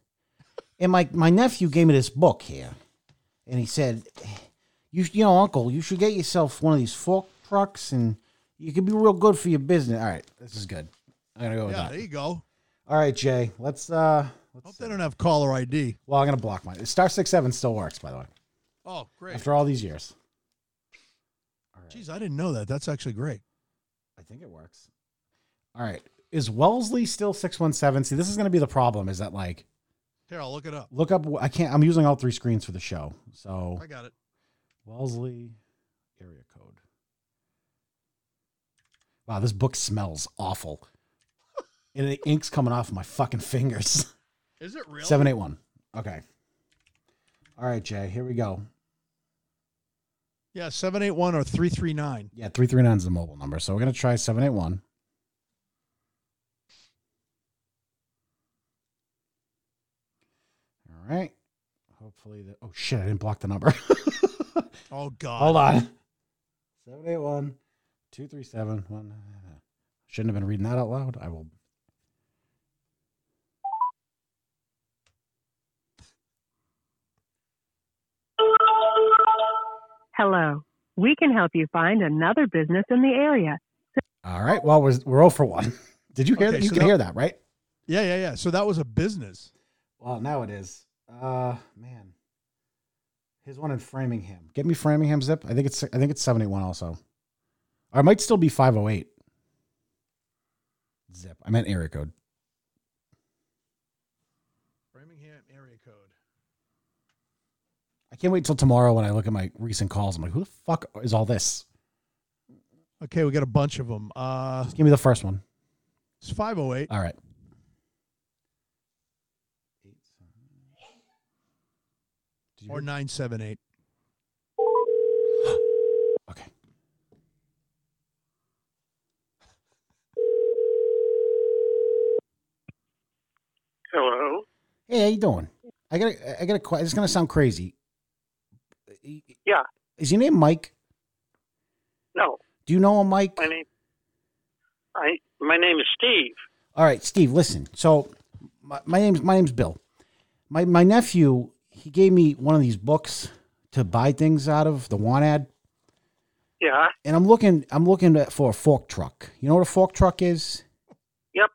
and my my nephew gave me this book here, and he said, "You sh- you know, Uncle, you should get yourself one of these fork trucks, and you could be real good for your business." All right, This is good. I'm gonna go with Yeah, that. there you go. All right, Jay. Let's. uh Hope let's, they don't have caller ID. Well, I'm gonna block mine. Star six seven still works, by the way, Oh, great. after all these years. Jeez, I didn't know that. That's actually great. I think it works. All right. Is Wellesley still six one seven? See, this is gonna be the problem. Is that like Here, I'll look it up. look up? I can't. I'm using all three screens for the show, so. I got it. Wellesley area code. Wow, this book smells *laughs* awful. and the ink's coming off my fucking fingers. Is it real? 781. Okay. All right, Jay, here we go. Yeah, seven eight one or three three nine. Yeah, 339 is the mobile number. So we're going to try 781. All right. Hopefully, the. Oh, shit, I didn't block the number. *laughs* Oh God. Hold on. 781 237 one. Shouldn't have been reading that out loud. I will. Hello. We can help you find another business in the area. All right. Well, we're, we're 0 for 1. *laughs* Did you hear Okay, that? You so can that- hear that, right? Yeah, yeah, yeah. So that was a business. Well, now it is. Uh, man. Here's one in Framingham. Get me Framingham zip. I think it's I think it's 781 also. Or it might still be 508. Zip. I meant area code. Framingham area code. I can't wait till tomorrow when I look at my recent calls. I'm like, who the fuck is all this? Okay, we got a bunch of them. Uh, Give me the first one. it's five oh eight. All right. Did you or hear- 978. Okay. Hello. Hey, how you doing? I got a, I got a question. It's gonna sound crazy. Yeah. Is your name Mike? No, Do you know a Mike? my name. I my name is Steve. All right, Steve. Listen. So, my, my name's my name's Bill. My my nephew he gave me one of these books to buy things out of the want ad, Yeah. and I'm looking I'm looking at- for a fork truck. You know what a fork truck is? Yep.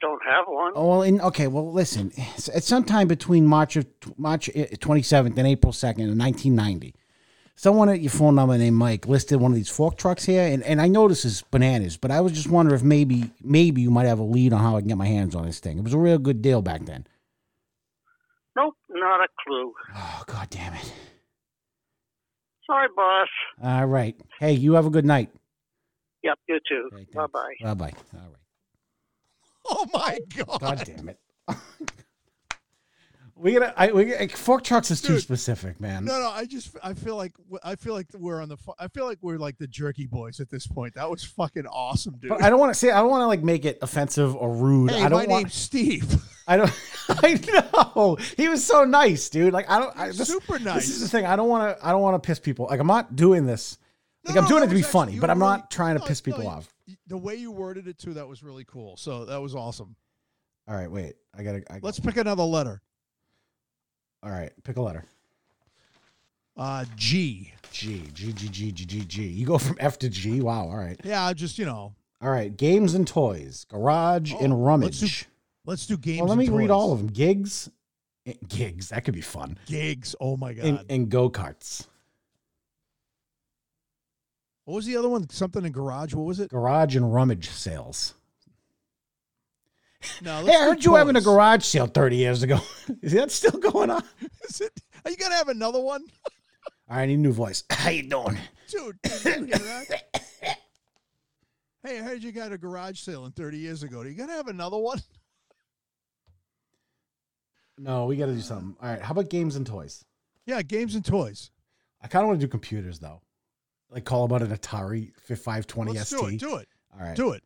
Don't have one. Oh, well, in, okay. Well, listen. s- At some time between March of March twenty seventh and April second of nineteen ninety, someone at your phone number named Mike listed one of these fork trucks here, and, and I know this is bananas, but I was just wondering if maybe maybe you might have a lead on how I can get my hands on this thing. It was a real good deal back then. Nope. Not a clue. Oh, god damn it! Sorry, boss. All right. Hey, you have a good night. Yep. You too. Bye bye. Bye bye. All right. Oh *laughs* my God. God damn it. *laughs* we gotta. I, we, like, fork trucks is too Dude. specific, man. No, no. I just I feel like I feel like we're on the fu- I feel like we're like the Jerky Boys at this point. That was fucking awesome, dude. But I don't want to say I don't want to like make it offensive or rude. hey, I my don't want. name's *laughs* Steve. I don't. I know he was so nice, dude. Like I don't. I, this, Super nice. This is the thing. I don't want to. I don't want to piss people. Like I'm not doing this. Like I'm doing it to be funny, but I'm not trying to piss people off. The way you worded it too, that was really cool. So that was awesome. All right, wait. I gotta. I, Let's pick another letter. All right, pick a letter. Uh, G. G G G G G G G. You go from F to G. Wow. All right. Yeah, I just you know, All right. Games and toys, garage and Oh, let's rummage. do let's do games. well, let me and read toys. all of them. Gigs, eh, gigs. That could be fun. Gigs. Oh my god. And, and go karts. What was the other one? Something in garage. What was it? Garage and rummage sales. No, Hey, I let's do heard you having a toys. garage sale 30 years ago. *laughs* Is that still going on? Is it? Are you gonna have another one, I need a new voice. *laughs* How you doing? dude? dude, you hear that? *laughs* Hey, I heard you got a garage sale in 30 years ago. Are you gonna have another one? No, we got to do something. All right. How about games and toys? Yeah, games and toys. I kind of want to do computers though. Like call about an Atari fi- 520 Let's ST. do it. Do it. All right. Do it.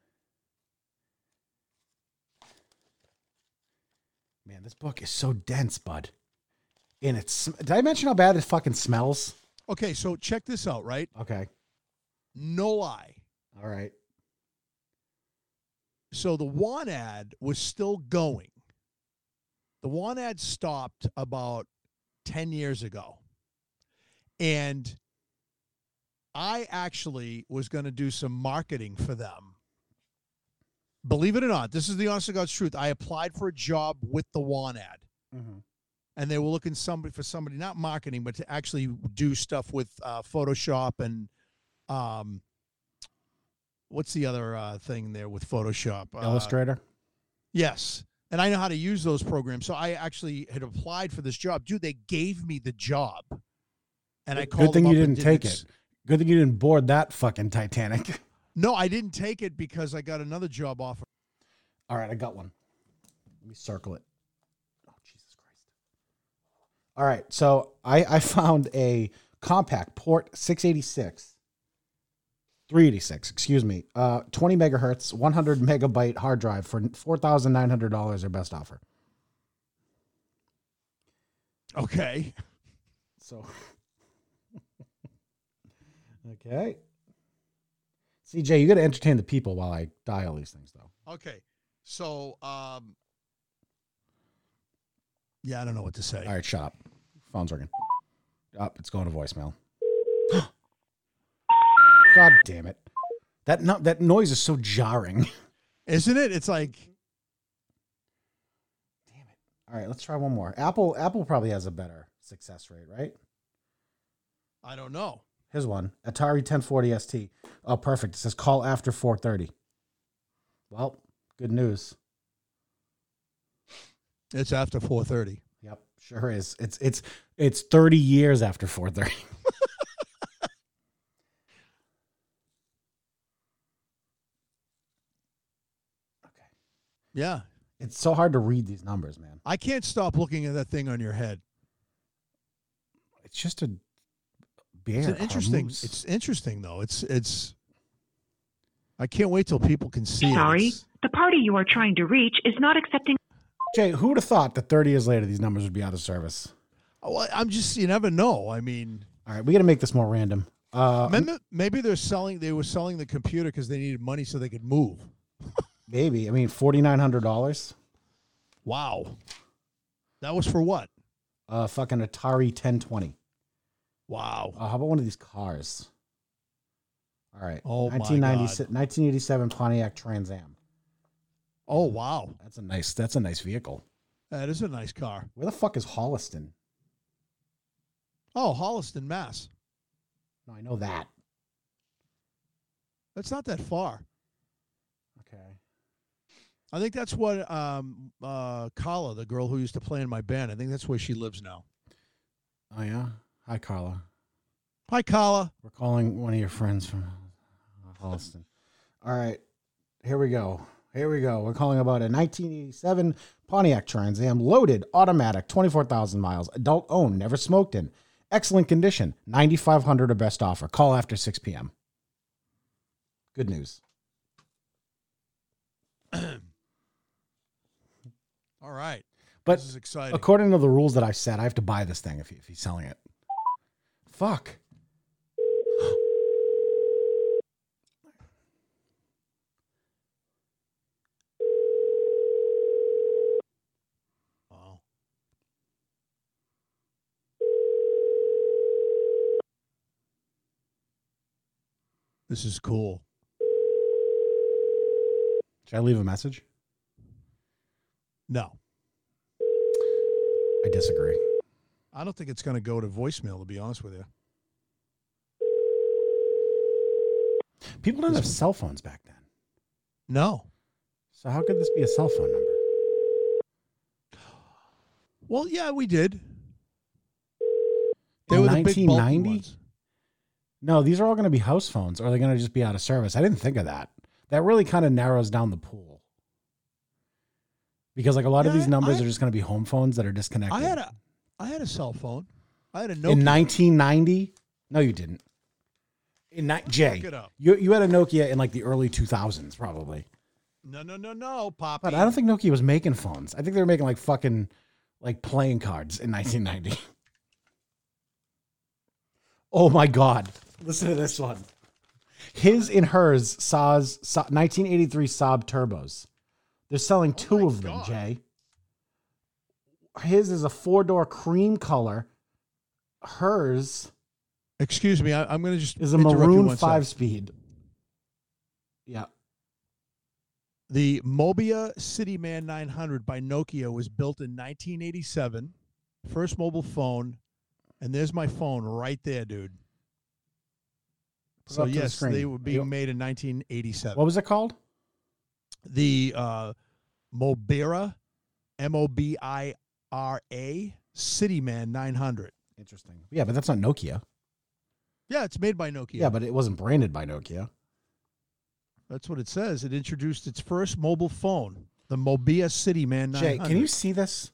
Man, this book is so dense, bud. And it's sm- Did I mention how bad it fucking smells? Okay, so check this out. Right? Okay. No lie. All right. so the one ad was still going. The one ad stopped about 10 years ago. And I actually was going to do some marketing for them. Believe it or not, this is the honest to God's truth. I applied for a job with the one ad Mm-hmm. and they were looking somebody for somebody not marketing but to actually do stuff with uh, photoshop and um what's the other uh, thing there with photoshop uh, Illustrator. yes and i know how to use those programs so i actually had applied for this job dude they gave me the job and i Good- good called them thing you up and didn't did take this- it. Good thing you didn't board that fucking Titanic. *laughs* no i didn't take it because i got another job offer All right, I got one. Let me circle it. Oh, Jesus Christ. All right, so I, I found a compact port 686, 386, excuse me, uh, 20 megahertz, 100 megabyte hard drive for $4,900, their best offer. okay *laughs* So, *laughs* okay. CJ, you got to entertain the people while I dial these things, though. okay so um yeah i don't know what to say All right, shut up. Phone's ringing. Up, it's going to voicemail. *gasps* God damn it! That no, that noise is so jarring. *laughs* isn't it it's like All right, let's try one more. Apple Apple probably has a better success rate, right? I don't know. Here's one: Atari 1040 ST. Oh, perfect. It says call after 4:30. Well, good news. It's after four thirty. Yep, sure is. It's it's it's 30 years after 4:30. Yeah, *laughs* It's so hard to read these numbers, man. I can't stop looking at that thing on your head. It's just a bear. It's or an a interesting. moose. It's interesting though. It's it's. I can't wait till people can see it. Sorry, It's- the party you are trying to reach is not accepting. Jay, who would have thought that 30 years later these numbers would be out of service? Oh, I- I'm just. You never know. I mean, All right, we got to make this more random. Uh, maybe, maybe they're selling. They were selling the computer because they needed money so they could move. maybe. I mean, forty nine hundred dollars. Wow, that was for what? Uh, fucking Atari ten twenty. Wow. Uh, how about one of these cars? All right. Oh, my 1996 1987 Pontiac Trans Am. Oh wow, That's a nice. That's a nice vehicle. that is a nice car. Where the fuck is Holliston? Oh, Holliston, Mass. No, I know that. That's not that far. Okay. I think that's what um uh Kala, the girl who used to play in my band, I think that's where she lives now. Oh yeah. Hi, Carla. Hi Kala. We're calling one of your friends from Holliston. All right, here we go. Here we go. We're calling about a 1987 Pontiac Trans Am, loaded, automatic, 24,000 miles, adult owned, never smoked in, excellent condition, 9,500 or best offer. Call after 6 p.m. Good news. All right. But this is exciting. according to the rules that I set, I have to buy this thing if, he, if he's selling it. Fuck. Wow. This is cool. Should I leave a message? No. I disagree. I don't think it's gonna go to voicemail to be honest with you. People didn't have cell phones back then. No. So how could this be a cell phone number? Well, yeah, we did. In bulky 1990? ones. No, these are all going to be house phones, or they're going to just be out of service. I didn't think of that. That really kind of narrows down the pool. Because like a lot of Yeah, these I- numbers I- are just going to be home phones that are disconnected. I had a, I had a cell phone. I had a Nokia. in 1990. No, you didn't. In ni- Look Jay, it up. you you had a Nokia in like the early 2000s, probably. No, no, no, no, Poppy. But I don't think Nokia was making phones. I think they were making like fucking like playing cards in *laughs* 1990. oh my god. Listen to this one. His and hers Saab's Sa- 1983 Saab turbos. They're selling Oh two of them, Jay. His is a four-door cream color. Hers Excuse me. I, I'm going to just. is a interrupt you maroon one sec. five-speed. Yeah. The Mobia City Man 900 by Nokia was built in 1987. First mobile phone. And there's my phone right there, dude. Put it So, up to the yes, screen. they were Are being you- made in 1987. What was it called? the uh, Mobira, M O B I R A, City Man 900. Interesting. Yeah, but that's not Nokia. Yeah, it's made by Nokia. Yeah, but it wasn't branded by Nokia. That's what it says. It introduced its first mobile phone, the Mobia City Man 900. Jay, can you see this?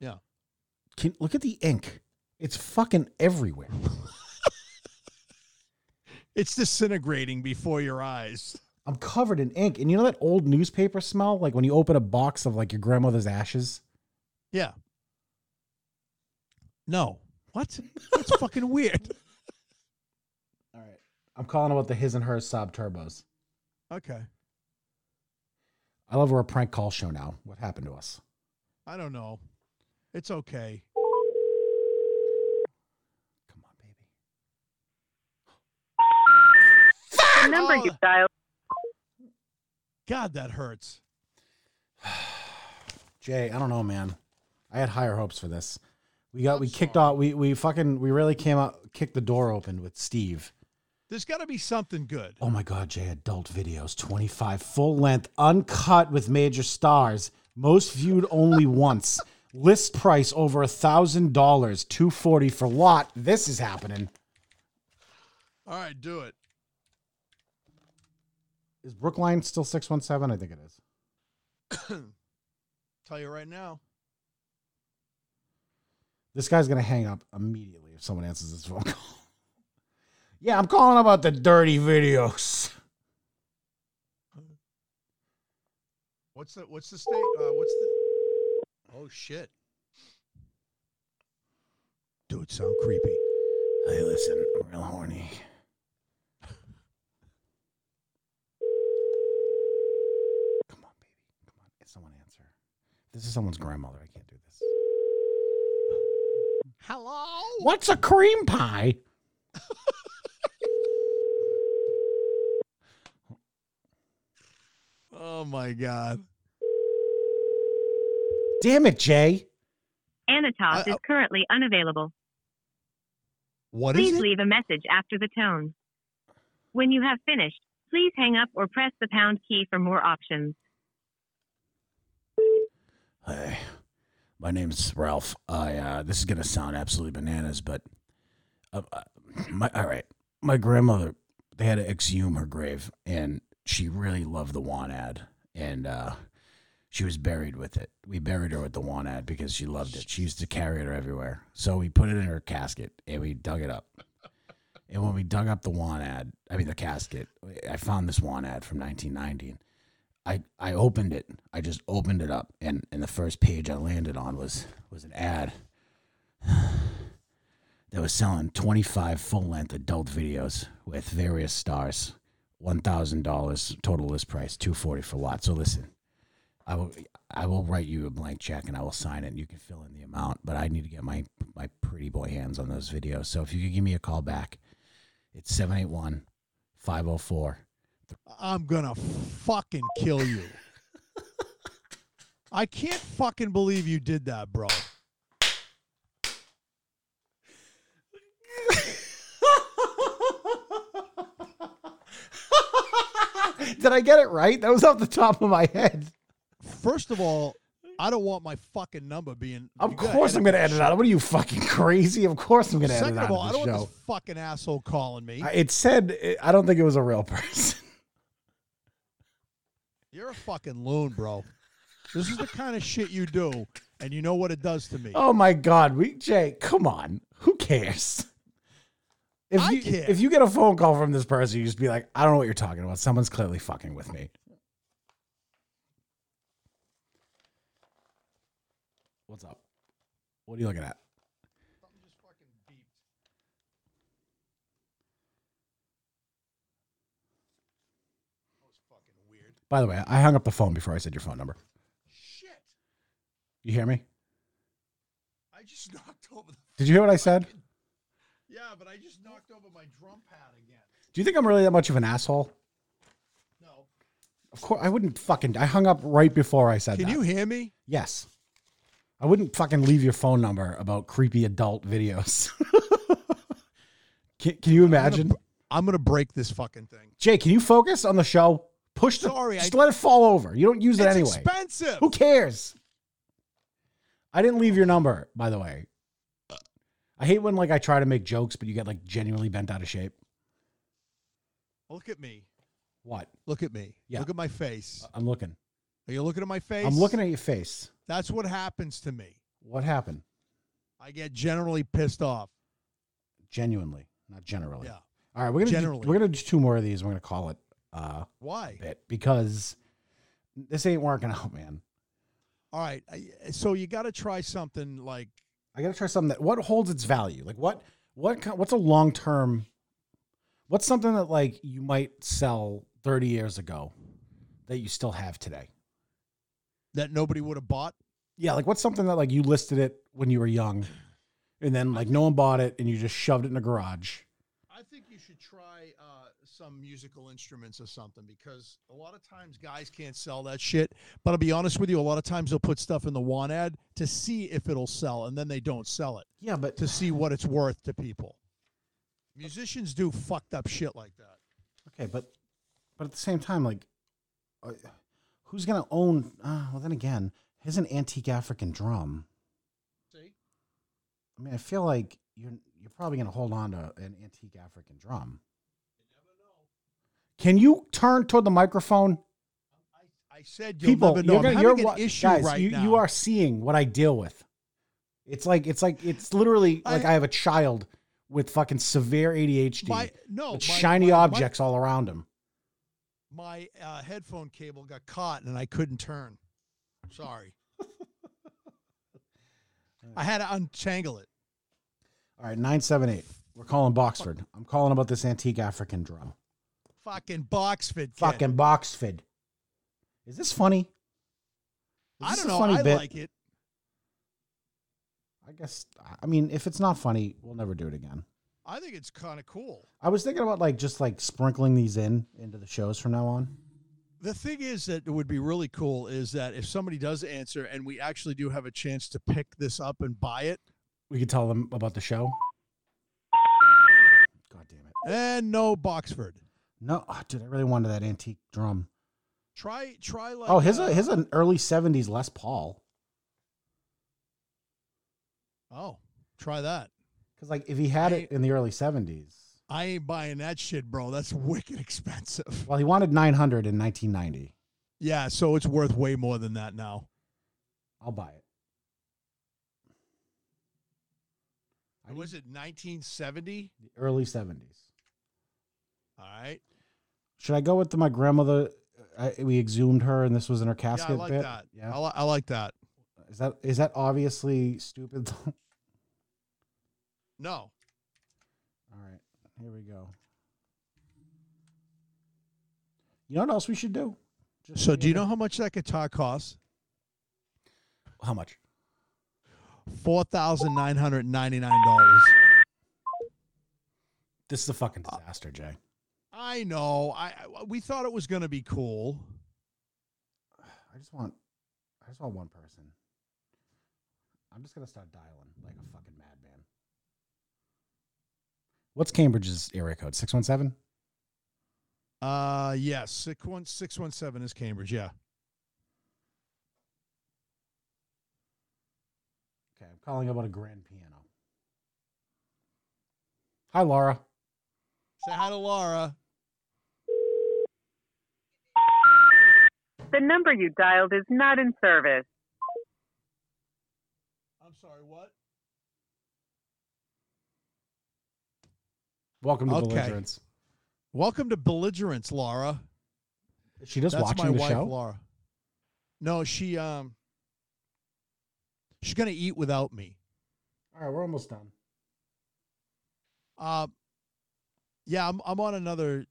Yeah. Can look at the ink. It's fucking everywhere. It's disintegrating before your eyes. I'm covered in ink. And you know that old newspaper smell? Like when you open a box of like your grandmother's ashes? Yeah. No. What? *laughs* That's fucking weird. All right. I'm calling about the his and hers sob turbos. Okay. I love we're a prank call show now. What happened to us? I don't know. It's okay. Come on, baby. The number you dialed. God, that hurts. Jay, I don't know, man. I had higher hopes for this. We got we kicked off we we fucking we really came out kicked the door open with Steve. There's got to be something good. Oh my God, Jay, adult videos, 25 full length, uncut with major stars, most viewed only once. List price over a thousand dollars, two forty for lot. This is happening. All right, do it. Is Brookline still six one seven? I think it is. Tell you right now. This guy's gonna hang up immediately if someone answers this phone call. *laughs* yeah, I'm calling about the dirty videos. What's the What's the state? Uh, what's the? Oh shit! Dude, sound creepy. Hey, listen, I'm real horny. Come on, baby. Come on. It's someone answer. This is someone's grandmother. I can't do this. Hello. What's a cream pie? Oh my god. Damn it, Jay. Anatos I- I- is currently unavailable. What is Please it? leave a message after the tone. When you have finished, please hang up or press the pound key for more options. Hey, my name's Ralph. I uh, this is gonna sound absolutely bananas, but uh, uh, my all right, my grandmother they had to exhume her grave, and she really loved the want ad, and uh, she was buried with it. We buried her with the want ad because she loved it. She used to carry it everywhere, so we put it in her casket and we dug it up. And when we dug up the want ad, I mean the casket, I found this want ad from 1990. and I, I opened it. I just opened it up, and, and the first page I landed on was was an ad *sighs* that was selling 25 full length adult videos with various stars, one thousand dollars total list price, two forty for lot. So listen, I will I will write you a blank check and I will sign it. and You can fill in the amount, but I need to get my my pretty boy hands on those videos. So if you could give me a call back, it's 781 504 I'm gonna fucking kill you. I can't fucking believe you did that, bro. Did I get it right? That was off the top of my head. First of all, I don't want my fucking number being. Of you gotta course, edit I'm going to this edit it out. What are you fucking crazy? Of course, I'm shit. going to edit it Second out of all, I of don't the want show. this fucking asshole calling me. I- It said I don't think it was a real *laughs* person. You're a fucking loon, bro. This is the kind of shit you do, and you know what it does to me. Oh my God, we Jay, come on. Who cares? If I you care. if you get a phone call from this person, you just be like, I don't know what you're talking about. Someone's clearly fucking with me. What's up? What are you looking at? By the way, I hung up the phone before I said your phone number. Shit! You hear me? I just knocked over. The, Did you hear what I said? yeah, but I just knocked over my drum pad again. Do you think I'm really that much of an asshole? No. Of course, I wouldn't fucking. I hung up right before I said Can that. you hear me? Yes. I wouldn't fucking leave your phone number about creepy adult videos. *laughs* can, can you imagine? I'm gonna break this fucking thing. Jay, can you focus on the show? Push the. Sorry, I- just let it fall over. You don't use it it's anyway. expensive. Who cares? I didn't leave your number, by the way. I hate when like I try to make jokes, but you get like genuinely bent out of shape. Look at me. What? Look at me. Yeah. Look at my face. I'm looking. Are you looking at my face? I'm looking at your face. That's what happens to me. What happened? I get generally pissed off. Genuinely, not generally. Yeah. All right, we're gonna Generally. do, we're gonna do two more of these. We're gonna call it uh, Why? bit because this ain't working out, man. All right. I- eh, So you got to try something like I gotta try something that what holds its value. Like what what ki- what's a long term? What's something that like you might sell thirty years ago that you still have today? that nobody would have bought. Yeah, like what's something that like you listed it when you were young, and then like no one bought it, and you just shoved it in a garage. I think you should try uh, some musical instruments or something because a lot of times guys can't sell that shit. But I'll be honest with you, a lot of times they'll put stuff in the want ad to see if it'll sell, and then they don't sell it Yeah, but to see what it's worth to people. Musicians do fucked up shit like that. okay, but But at the same time, like, uh, who's gonna own? Uh, well, then again, here's an antique African drum. See? I mean, I feel like you're you're probably gonna hold on to an antique African drum. can you turn toward the microphone? I said you'll people, never know. you're I'm gonna, having you're an wa- issue guys, right you, now. you are seeing what I deal with. It's like it's like it's literally I- like I have a child with fucking severe ADHD, my no with my- shiny my- my- objects all around him. my uh, headphone cable got caught and I couldn't turn. Sorry. I had to untangle it. All right, nine seven eight. We're calling Boxford. I'm calling about this antique African drum. Fucking Boxford. Kid. Fucking Boxford. Is this funny? Is I this don't a know. funny I bit? like it. I guess. I mean, if it's not funny, we'll never do it again. I think it's kind of cool. I was thinking about like just like sprinkling these in into the shows from now on. The thing is that would be really cool is that if somebody does answer and we actually do have a chance to pick this up and buy it, We could tell them about the show. God damn it! and no Boxford. No, oh, dude, I really wanted that antique drum. Try try like oh, here's uh, a here's an early '70s Les Paul. oh try that. Because like if he had it in the early '70s, I ain't buying that shit, bro. That's wicked *laughs* expensive. well, he wanted 900 in 1990. Yeah, so it's worth way more than that now. I'll buy it. I was it 1970? The early '70s. All right. Should I go with the, my grandmother? I, we exhumed her, and this was in her Yeah, casket. I like bit? that. Yeah, I, li- I like that. is that is that obviously stupid? *laughs* All No. right, here we go. You know what else we should do? Just So make do you a- know how much that guitar costs? How much? $4,999. This is a fucking Uh, disaster, Jay. I know. I, I we thought it was going to be cool. I just want, I just want one person. I'm just gonna start dialing like a fucking madman. What's Cambridge's area code? Six one seven. Uh yes, six one six one seven is Cambridge. Yeah. Okay, I'm calling about a grand piano. Hi, Laura. Say hi to Laura. The number you dialed is not in service. I'm sorry. What? Welcome to Okay. Belligerence. Welcome to belligerence, Laura. Is she just That's watching my the wife, show? Laura. No, she um. She's gonna eat without me. All right, we're almost done. Uh, yeah, I'm I'm on another.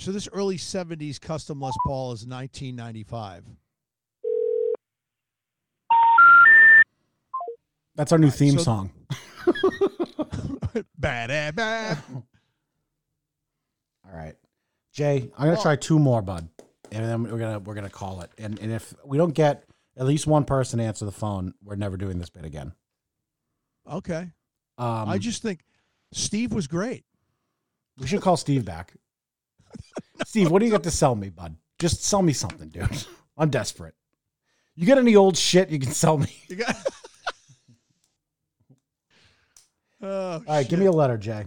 So this early '70s custom Les Paul is 1995. That's our new All right, theme so- song. *laughs* Bad, bad. All right, Jay, I'm gonna Well- try two more, bud, and then we're gonna we're gonna call it. And and if we don't get at least one person to answer the phone, we're never doing this bit again. Okay, Um, I just think Steve was great. we should call Steve *laughs* back. Steve, what do you got to sell me, bud? Just sell me something, dude. *laughs* I'm desperate. You got any old shit you can sell me? You got. *laughs* oh, All right, give me a letter, Jay.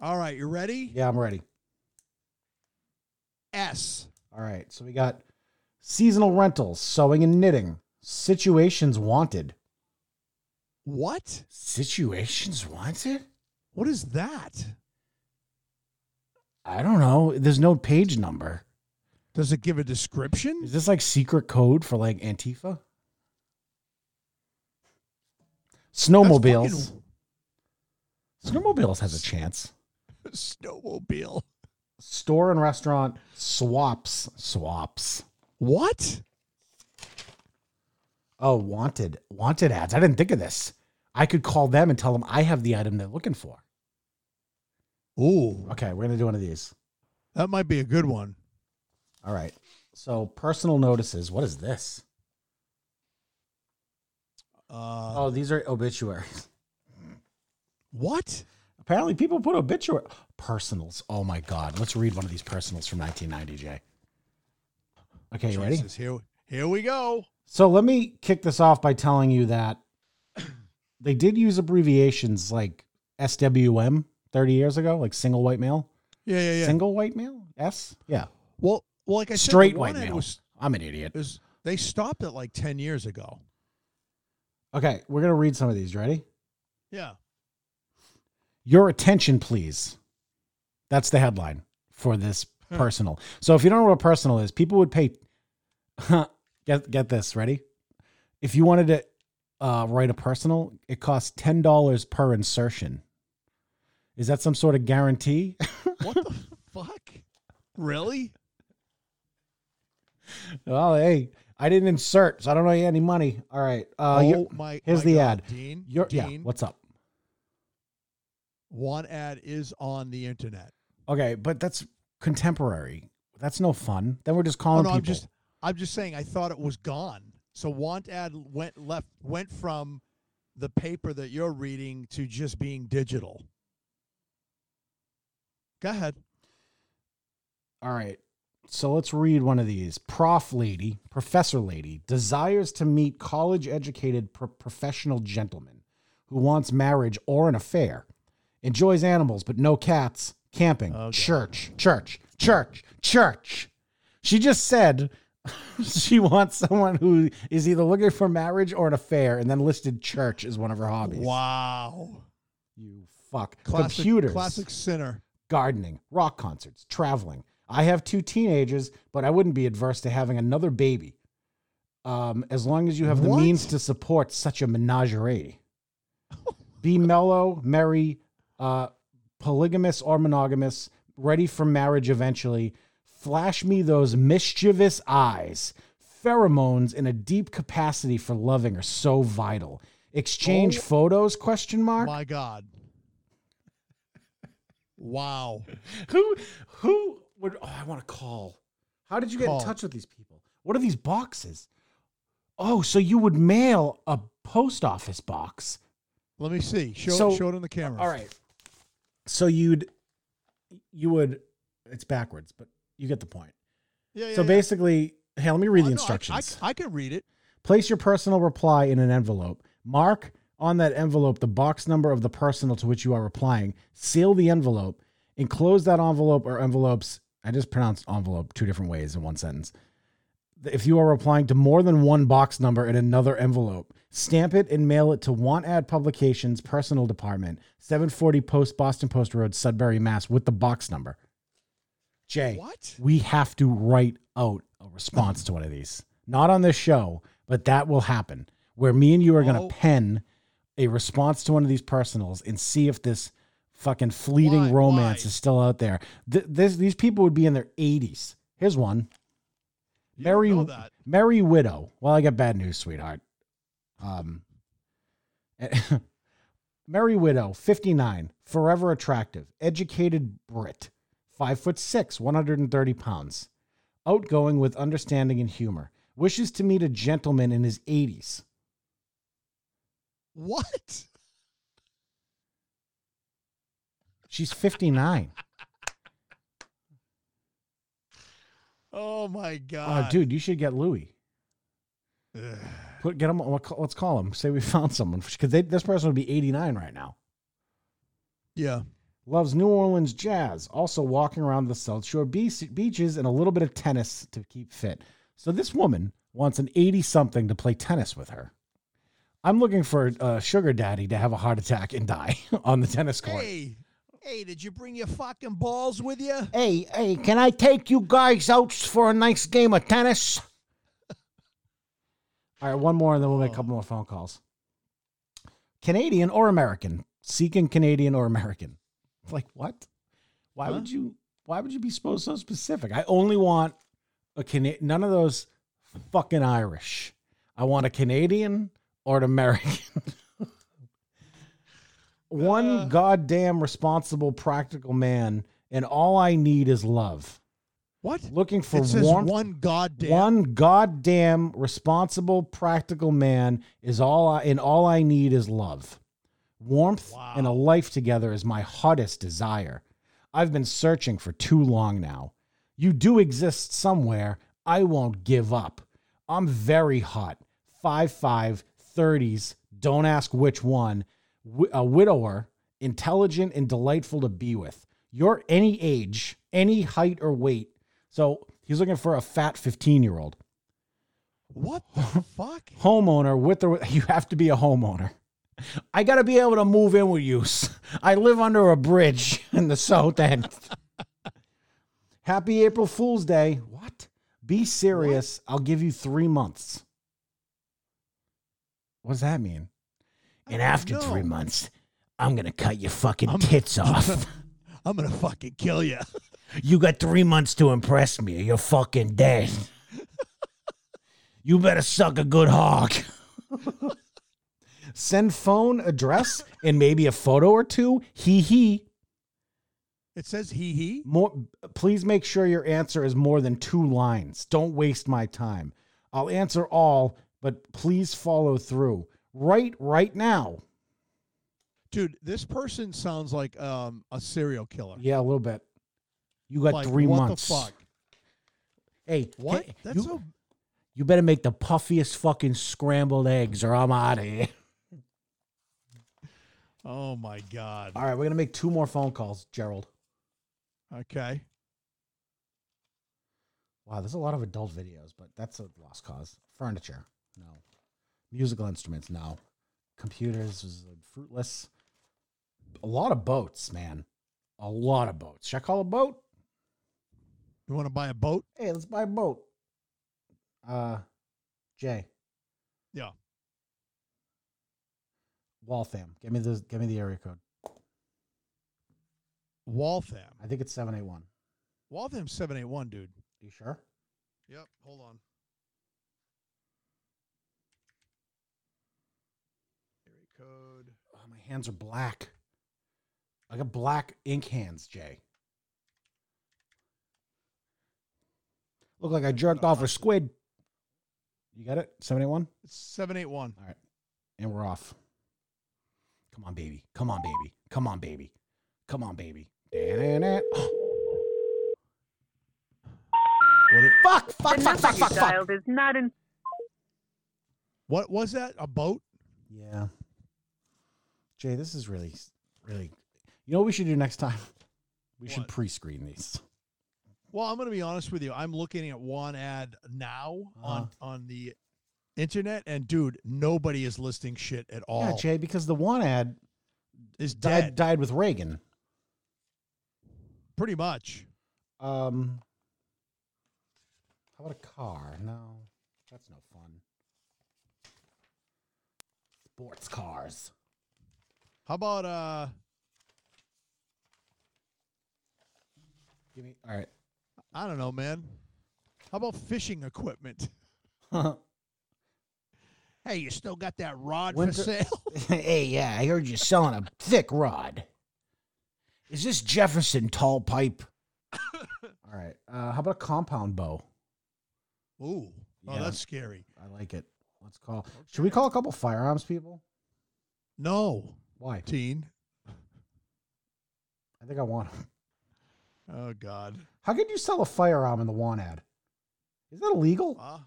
All right, you ready? Yeah, I'm ready. S. All right, so we got seasonal rentals, sewing and knitting, situations wanted. What? Situations wanted? What is that? I don't know. There's no page number. Does it give a description? Is this like secret code for like Antifa? That's Snowmobiles. Snowmobiles has a chance. fucking *laughs* Snowmobile. Store and restaurant swaps. Swaps. What? Oh, wanted. Wanted ads. I didn't think of this. I could call them and tell them I have the item they're looking for. Ooh, Okay, we're going to do one of these. that might be a good one. All right. So personal notices. What is this? Uh, Oh, these are obituaries. *laughs* what? Apparently, people put obituary personals. Oh my god! Let's read one of these personals from 1990, Jay. Okay, you ready? Jesus, Here, here we go. So let me kick this off by telling you that *clears throat* they did use abbreviations like SWM 30 years ago, like single white male, Yeah, yeah, yeah. single white male, S. Yeah, well, well, like I said, the straight white one ad male. was, I'm an idiot. is they stopped it like ten years ago. Okay, we're gonna read some of these. You ready? Yeah. Your attention, please. That's the headline for this Hmm. personal. So if you don't know what a personal is, people would pay. *laughs* get get this ready. If you wanted to uh, write a personal, it costs ten dollars per insertion. Is that some sort of guarantee? *laughs* What the *laughs* fuck? Really? well, hey, I didn't insert, so I don't owe you any money. All right. Uh, your, oh my! here's my the God, ad. Dean, your, yeah. Dean, What's up? one ad is on the internet. Okay, but that's contemporary. That's no fun. Then we're just calling Oh, no, people. I'm just I'm just saying I thought it was gone. So want ad went left went from the paper that you're reading to just being digital. Go ahead. All right. So let's read one of these. Prof lady, professor lady, desires to meet college educated pro- professional gentleman who wants marriage or an affair, enjoys animals but no cats, camping, Oh, God. church, church, church, church. She just said *laughs* she wants someone who is either looking for marriage or an affair and then listed church as one of her hobbies. Wow. You fuck. Classic, Computers Classic sinner. gardening, rock concerts, traveling. I have two teenagers, but I wouldn't be adverse to having another baby. Um, as long as you have the What? means to support such a menagerie. be mellow, merry, uh, polygamous or monogamous, ready for marriage eventually. Flash me those mischievous eyes. Pheromones in a deep capacity for loving are so vital. Exchange Oh. photos? Question mark. My God. Wow. Who who would oh I want to call. How did you get Call. in touch with these people? What are these boxes? Oh, so you would mail a post office box. Let me see. Show, So- show it on the camera. All right. So you'd you would it's backwards, but you get the point. Yeah, yeah, so yeah. basically, hey, let me read Oh, the no, I- instructions. I, I can read it. Place your personal reply in an envelope. Mark on that envelope the box number of the personal to which you are replying. Seal the envelope. Enclose that envelope or envelopes. I just pronounced envelope two different ways in one sentence. If you are replying to more than one box number in another envelope, stamp it and mail it to Want Ad Publications, Personal Department, 740 Post Boston Post Road, Sudbury, Mass, with the box number. Jay, What? we have to write out a response to one of these. Not on this show, but that will happen. Where me and you are Oh. going to pen a response to one of these personals and see if this fucking fleeting Why? romance Why? is still out there. Th- this, these people would be in their 80s. Here's one. You don't Mary, know that. Mary Widow. Well, I got bad news, sweetheart. Um, *laughs* Mary Widow, 59, forever attractive, educated Brit, 5 foot 6, 130 pounds, outgoing with understanding and humor. Wishes to meet a gentleman in his 80s. What? *laughs* She's 59. Oh my god, Oh, dude, you should get Louis. Ugh. Put get him. Let's call him. Say we *laughs* found someone because this person would be 89 right now. Yeah. Loves New Orleans jazz. Also walking around the South Shore beach, beaches and a little bit of tennis to keep fit. So this woman wants an 80 something to play tennis with her. I'm looking for a sugar daddy to have a heart attack and die *laughs* on the tennis court. Hey, hey, did you bring your fucking balls with you? Hey, hey, can I take you guys out for a nice game of tennis? *laughs* All right, one more, and then we'll make a couple more phone calls. Canadian or American? Seeking Canadian or American? Like what? Why Huh? would you? Why would you be so so specific? I only want a Cana- None of those fucking Irish. I want a Canadian or an American. *laughs* One Uh. goddamn responsible, practical man, and all I need is love. What? Looking for It says warmth, one goddamn. one goddamn responsible, practical man is all I, and all I need is love. Warmth Wow. and a life together is my hottest desire. I've been searching for too long now. You do exist somewhere. I won't give up. I'm very hot. 5'5, 30s. Don't ask which one. Wi- A widower, intelligent and delightful to be with. You're any age, any height or weight. So he's looking for a fat 15 year old What *laughs* the fuck? homeowner with or *laughs* you have to be a homeowner. I got to be able to move in with you. *laughs* I live under a bridge *laughs* in the south end. *laughs* Happy April Fool's Day. What? Be serious. I'll give you three months. What does that mean? I And don't after know. three months, I'm gonna cut your fucking I'm- *laughs* tits off. I'm gonna fucking kill you. you got three months to impress me, or you're fucking dead. you better suck a good hog. Send phone address and maybe a photo or two. Hee hee. *laughs* It says he he. More, please make sure your answer is more than two lines. Don't waste my time. I'll answer all, but please follow through. Right, right now. Dude, this person sounds like um a serial killer. Yeah, a little bit. You got Like, three what months. the fuck? Hey, What? ca- That's you, so you better make the puffiest fucking scrambled eggs, or I'm out of here. Oh my god. *laughs* All right, we're gonna make two more phone calls, Gerald. Okay. Wow, there's a lot of adult videos, but that's a lost cause. Furniture, no. Musical instruments, no. Computers is fruitless. A lot of boats, man. A lot of boats. Should I call a boat? You want to buy a boat? hey, let's buy a boat. Uh, Jay. Yeah. Waltham. Give me the give me the area code. Waltham. I think it's seven eight one. Waltham 781, dude. You sure? Yep, hold on. Area code. Oh, my hands are black. I got black ink hands, Jay. Look like I jerked off a squid. You got it? Seven eight one. It's 781. All right. And we're off. Come on, baby. Come on, baby. Come on, baby. Come on, baby. Da-da-da. What, it- Fuck, fuck, the fuck, number fuck, you fuck, fuck. dialed is not in. what was that? A boat? Yeah. Jay, this is really, really. You know what we should do next time? We should What? pre screen these. Well, I'm going to be honest with you. I'm looking at one ad now Uh-huh. on on the internet, and dude, nobody is listing shit at all. Yeah, Jay, because the one ad is died, dead, died with Reagan. pretty much. Um, how about a car? No, that's no fun. Sports cars. How about uh? Give me all right. I don't know, man. How about fishing equipment? *laughs* Hey, you still got that rod Winter- for sale? *laughs* *laughs* hey, yeah, I heard you're selling a thick rod. Is this Jefferson tall *coughs* pipe? all right. Uh, how about a compound bow? Ooh, oh, Yeah. that's scary. I like it. Let's call. Should we call a couple firearms people? No, Why? teen. I think I want 'em. Oh God. How could you sell a firearm in the want ad? Is that illegal? Uh,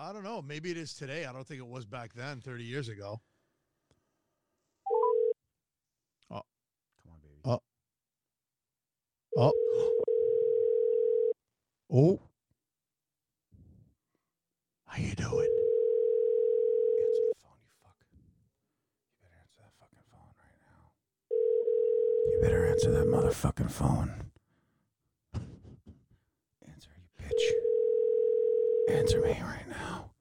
I don't know. Maybe it is today. I don't think it was back then, 30 years ago. Come on, baby. Oh. Oh. How you doing? Answer the phone, you fuck. You better answer that fucking phone right now. You better answer that motherfucking phone. Answer, you bitch. Answer me right now.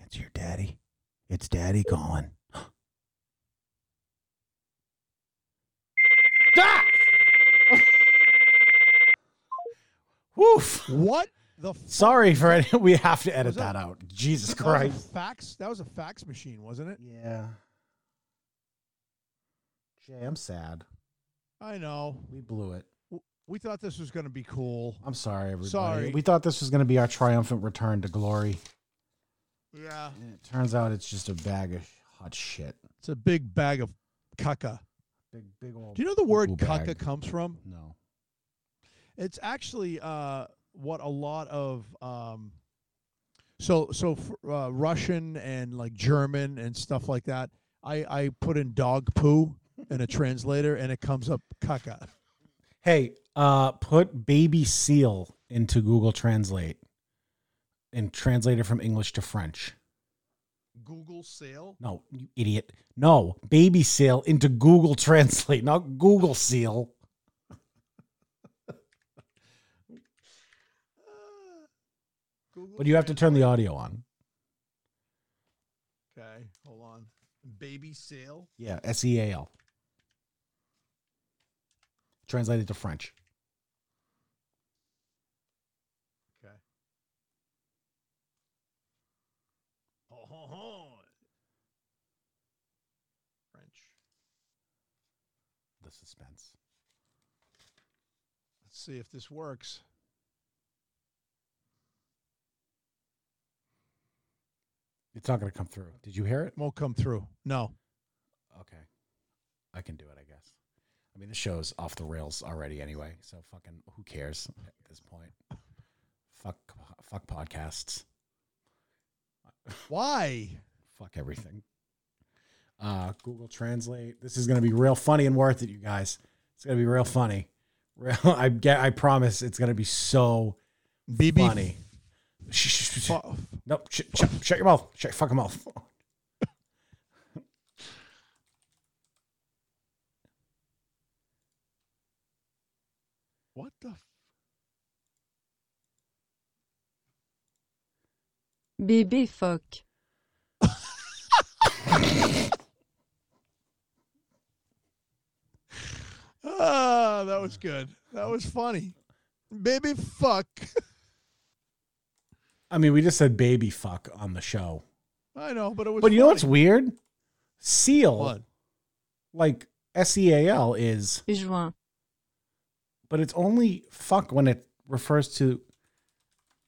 Answer your daddy. It's daddy calling. Stop! Woof. What the fuck? Sorry for it. *laughs* We have to Was edit that- that out. Jesus That was a Christ. fax? That was a fax machine, wasn't it? Yeah. Jay, I'm sad. I know. We blew it. We thought this was going to be cool. I'm sorry, everybody. Sorry. We thought this was going to be our triumphant return to glory. Yeah. And it turns out it's just a bag of hot shit. It's a big bag of caca. Big, big old. Do you know the word poo-poo caca bag. comes from? No. It's actually uh, what a lot of um, so so f- uh, Russian and like German and stuff like that. I I put in dog poo in a translator and it comes up caca. Hey, uh, put baby seal into Google Translate and translate it from English to French. Google sale. No, you idiot. No, baby seal into Google *laughs* Translate, not Google seal. Google But you have to turn the audio on. Okay, hold on. Baby sale. Yeah, S E A L. Translated to French. Okay. Ho ho ho. French. The suspense. Let's see if this works. It's not going to come through. Did you hear it? Won't come through. No. Okay. I can do it, I guess. I mean, the show's off the rails already anyway, so fucking who cares at this point? Fuck fuck podcasts. Why? Fuck everything. Uh Google Translate. This is going to be real funny and worth it, you guys. It's going to be real funny. Real, *laughs* I get I promise it's going to be so BB funny. Shh, shh, shh, shh. *laughs* Fu- Nope. Shut, shut, shut your mouth. Shut your fucking mouth. *laughs* what the? F- Bébé phoque. ah, that was good. That was funny. Baby, fuck. *laughs* I mean, we just said baby fuck on the show. I know, but it was. But you know what's funny. weird? Seal, What? like S E A L, is, Juin. but it's only fuck when it refers to.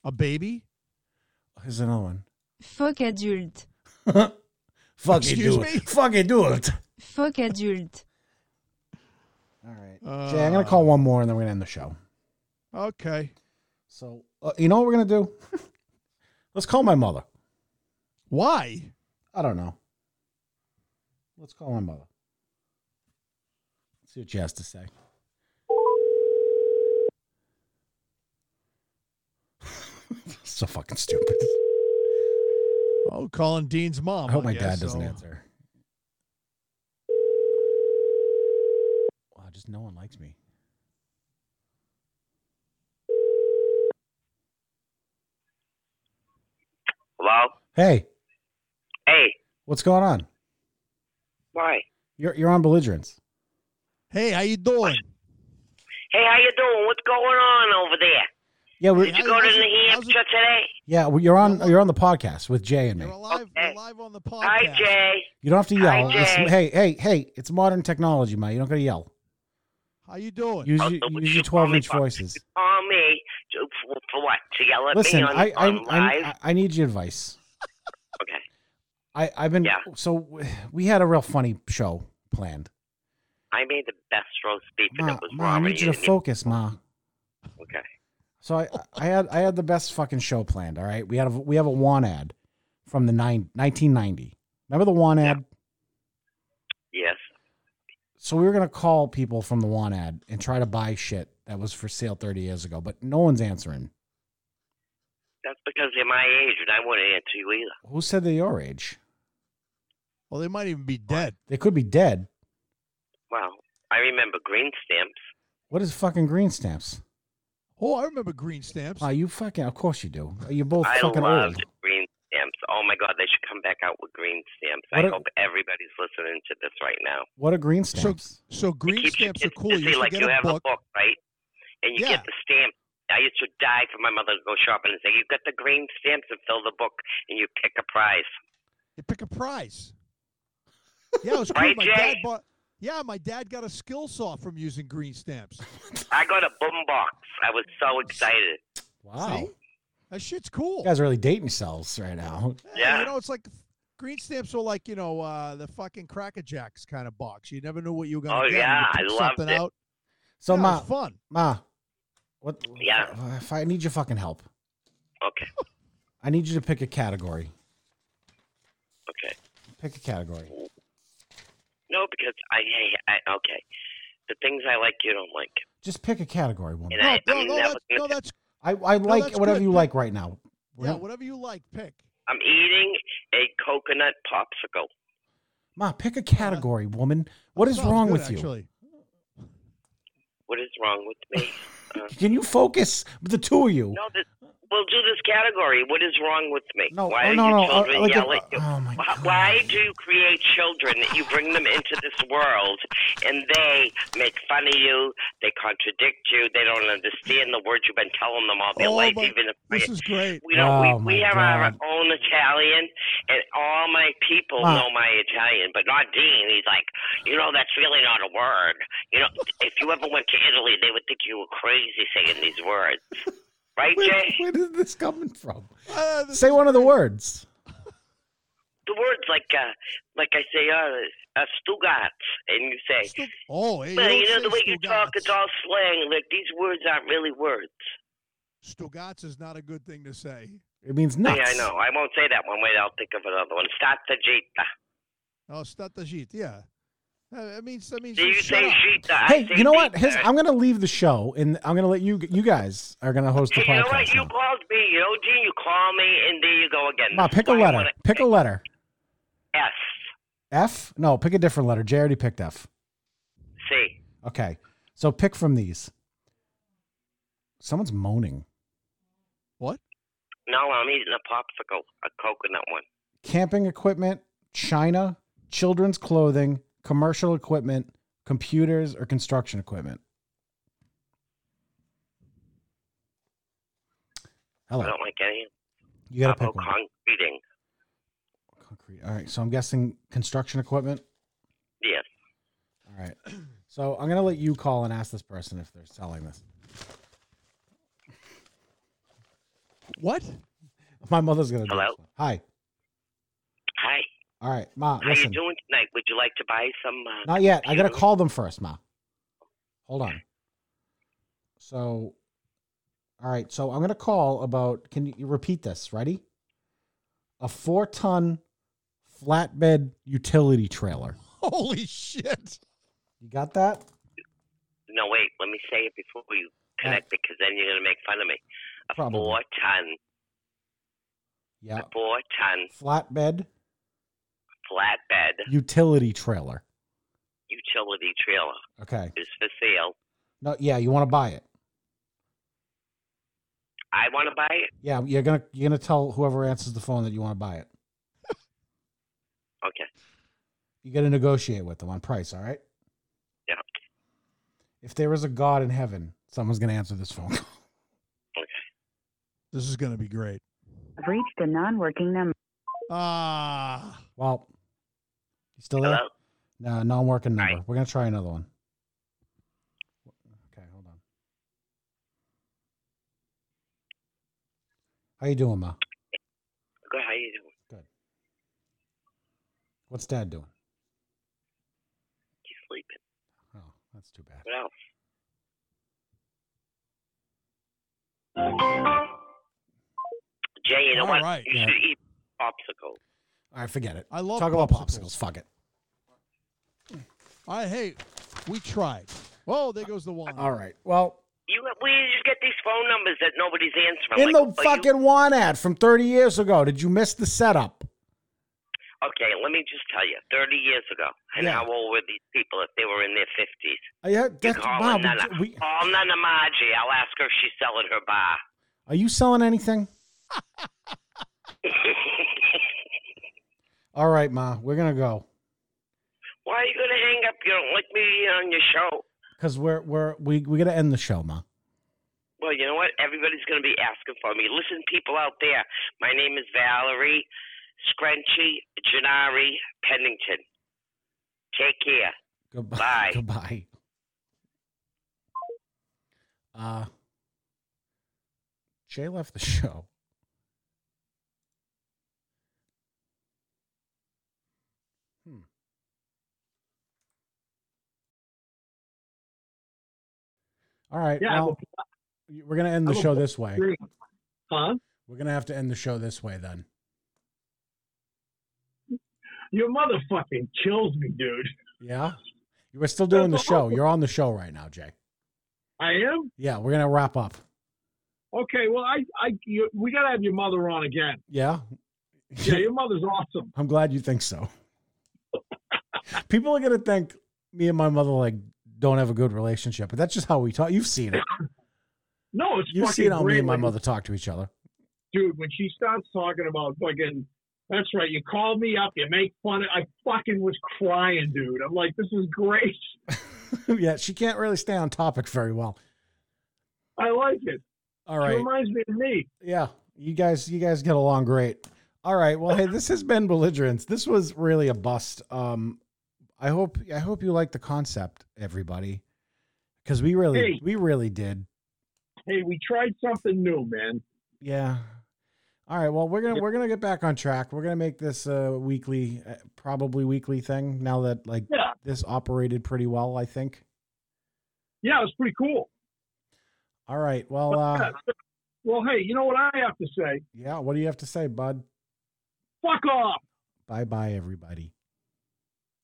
A baby? Here's another one. Phoque adulte. Fuck it, Excuse do me? it. *laughs* Fuck it, do it. Phoque adulte. All right. Jay, I'm going Uh, to call one more and then we're going to end the show. Okay. So uh, you know what we're gonna do? *laughs* Let's call my mother. Why? I don't know. Let's call my mother. See what she has to say. *laughs* so fucking stupid. Oh, calling Dean's mom. I hope my guess, dad doesn't so- answer. Wow, just no one likes me. Hello? Hey, Hey, what's going on? why? You're you're on belligerence. Hey, how you doing? Hey, how you doing? What's going on over there? Yeah, we're, Did you go to how's it- New how's it- Hampshire today? yeah, we- you're on you're on the podcast with Jay and me. You're alive. You're Okay. live on the podcast. Hi, Jay. You don't have to yell. Jay. It's- hey, hey, hey! It's modern technology, man. You don't gotta yell. How you doing? Use Oh, your, so would use you your call me twelve inch back? voices. *laughs* Call me to, for, for what? To yell at Listen, me on, I I, on live? I I need your advice. okay. I I've been Yeah. so *sighs* we had a real funny show planned. I made the best roast beef Ma, that was ma, I ramen. need you to didn't even- focus, ma. Okay. So I, I had I had the best fucking show planned. All right, we had a, we have a one ad from the nine, 1990. Remember the one Yeah. ad? Yes. So we were gonna call people from the one ad and try to buy shit that was for sale 30 years ago, but no one's answering. That's because they're my age, and I wouldn't answer you either. Who said they're your age? Well, they might even be dead. They could be dead. Wow. I remember green stamps. What is fucking green stamps? Oh, I remember green stamps. Oh, you fucking. Of course you do. You're both I fucking loved old. green stamps. Oh my god, they should come back out with green stamps. What I a- hope everybody's listening to this right now. What are green So- stamps? so It green keeps you stamps are kids cool. You busy, used like to you get a have book. a book, right? And you Yeah. get the stamp. I used to die for my mother to go shopping and say, "You got the green stamps and fill the book, and you pick a prize." You pick a prize. Yeah, it was cool. *laughs* Right, my Jay? dad bought. Yeah, my dad got a skill saw from using green stamps. I got a boom box. I was so excited. wow. See? That shit's cool. You guys are really dating yourselves right now. Hey, Yeah. You know, it's like green stamps were like, you know, uh, the fucking Cracker Jacks kind of box. You never knew what you were going Oh, to get. yeah, you I picked loved something it. out. So yeah, it ma, was fun. ma, what? uh, Yeah. If I need your fucking help, Okay, I need you to pick a category. okay. Pick a category. No, because I, I, I okay. The things I like, you don't like. Just pick a category, woman. And *laughs* I, No, I'm no, never that, no, gonna- that's I, I like that's whatever good. you Pick- like right now. We're yeah, not- whatever you like, pick. I'm eating a coconut popsicle. ma, pick a category, woman. What is Sounds wrong good, with you? Actually, What is wrong with *laughs* me? Uh, Can you focus? The two of you. No, this, we'll do this category. What is wrong with me? No, why oh, do no, you no, children uh, like yell a- at you? oh, my Why- God. Why do you create children that you bring them into this world and they make fun of you? They contradict you. They don't understand the words you've been telling them all their Oh, life. my- Even if this is great. we don't, Oh, we, we my have our God. own Italian, and all my people Ma. know my Italian, but not Dean. He's like, you know, that's really not a word. You know, if you ever went to Italy, they would think you were crazy saying these *laughs* words, right, Where, Jay? where is this coming from? Uh, this Say is one of the great. words. the words like uh, like I say uh, uh Stugatz and you say Stu- Oh, hey, well, don't you know the say way you talk Stugatz. it's all slang like these words aren't really words Stugatz is not a good thing to say. It means nuts. Oh, yeah I know I won't say that one way I'll think of another one Statajita Oh, Statajit, yeah. Uh, That means that means do you just shut say up. Jita Hey, I you know what? His, I'm I'm gonna leave the show, and I'm gonna let you. You guys are gonna host the you know what podcast. you now. called me you know Gene you call me and there you go again Ma, This pick is a why I letter. wanna- Pick a letter. S F? No, pick a different letter. Jay already picked F. C Okay, so pick from these. Someone's moaning. What? no I'm eating a popsicle a coconut one Camping equipment, China, children's clothing, commercial equipment, computers, or construction equipment. I Hello. don't like any You how gotta about pick one. concreting Concrete. All right. So I'm guessing construction equipment. yes All right. So I'm gonna let you call and ask this person if they're selling this. What? *laughs* My mother's gonna. do Hello? this one. Hi. hi All right, Ma. How listen. you doing tonight? Would you like to buy some? Uh, Not yet. I gotta computers? call them first, Ma. Hold on. So, All right, so I'm gonna call about. Can you repeat this? Ready? A four-ton flatbed utility trailer. Holy shit. You got that? No, wait. Let me say it before you connect it, because then you're going to make fun of me. A Probably. four ton, Yeah. a four ton Flatbed flatbed Utility trailer. utility trailer Okay. is for sale. No. Yeah. You want to buy it? I want to buy it. Yeah. You're gonna you're gonna tell whoever answers the phone that you want to buy it. Okay. You got to negotiate with them on price. All right. Yeah. If there is a God in heaven, someone's gonna answer this phone. call. This is going to be great. Reached a non-working number. Ah. well, you still there? Hello? No, non-working number. Hi. We're gonna try another one. Okay, hold on. How you doing, Ma? Good. How you doing? What's Dad doing? He's sleeping. Oh, that's too bad. What else? Jay, you know All what? right, you yeah. should eat popsicle. All right, forget it. I love talk about popsicles. popsicles. Fuck it. All right. Hey, we tried. Oh, there goes the one. All right. Well, You where did you get these phone numbers that nobody's answering? In Like, the are you- fucking one ad from 30 years ago. Did you miss the setup? Okay, let me just tell you, 30 years ago, and Yeah. how old were these people if they were in their 50s? Are you, You that's, call wow, her Nana. we, we- Call Nana Margie. I'll ask her if she's selling her bar. *laughs* are you selling anything? All right, Ma, we're gonna go Why are you going to hang up? You don't like me on your show. because we're we're we we gotta end the show, Ma. Well, you know what? Everybody's going to be asking for me. Listen, people out there, my name is Valerie Scrunchy Gennari Pennington. Take care. Goodbye. Bye. *laughs* Goodbye. Uh, Jay left the show. Hmm. All right. Yeah, I well, we're gonna end the I will show this way. Agree. Huh? We're gonna have to end the show this way then. Your motherfucking kills me, dude. Yeah. You are still doing the show. You're on the show right now, Jay. I am? Yeah, we're gonna wrap up. Okay, well, I, I, you, we got to have your mother on again. Yeah. Yeah, your mother's awesome. I'm glad you think so. *laughs* People are gonna think me and my mother like don't have a good relationship, but that's just how we talk. You've seen it. No, it's You've fucking seen how great. me and my when- mother talk to each other. *laughs* Dude, when she starts talking about fucking, that's right, you called me up, you make fun of, I fucking was crying, dude. I'm like, this is great. yeah, she can't really stay on topic very well. I like it. All She right. reminds me of me. Yeah. You guys you guys get along great. All right. Well, hey, this has been belligerence. This was really a bust. Um I hope I hope you like the concept, everybody. Cause we really Hey. we really did. Hey, we tried something new, man. Yeah. All right. Well, we're gonna we're gonna get back on track. We're gonna make this a weekly, uh, probably weekly thing. Now that like Yeah, this operated pretty well, I think. yeah, it's pretty cool. All right. Well, uh, Well, hey, you know what I have to say? yeah. What do you have to say, bud? Fuck off. Bye, bye, everybody.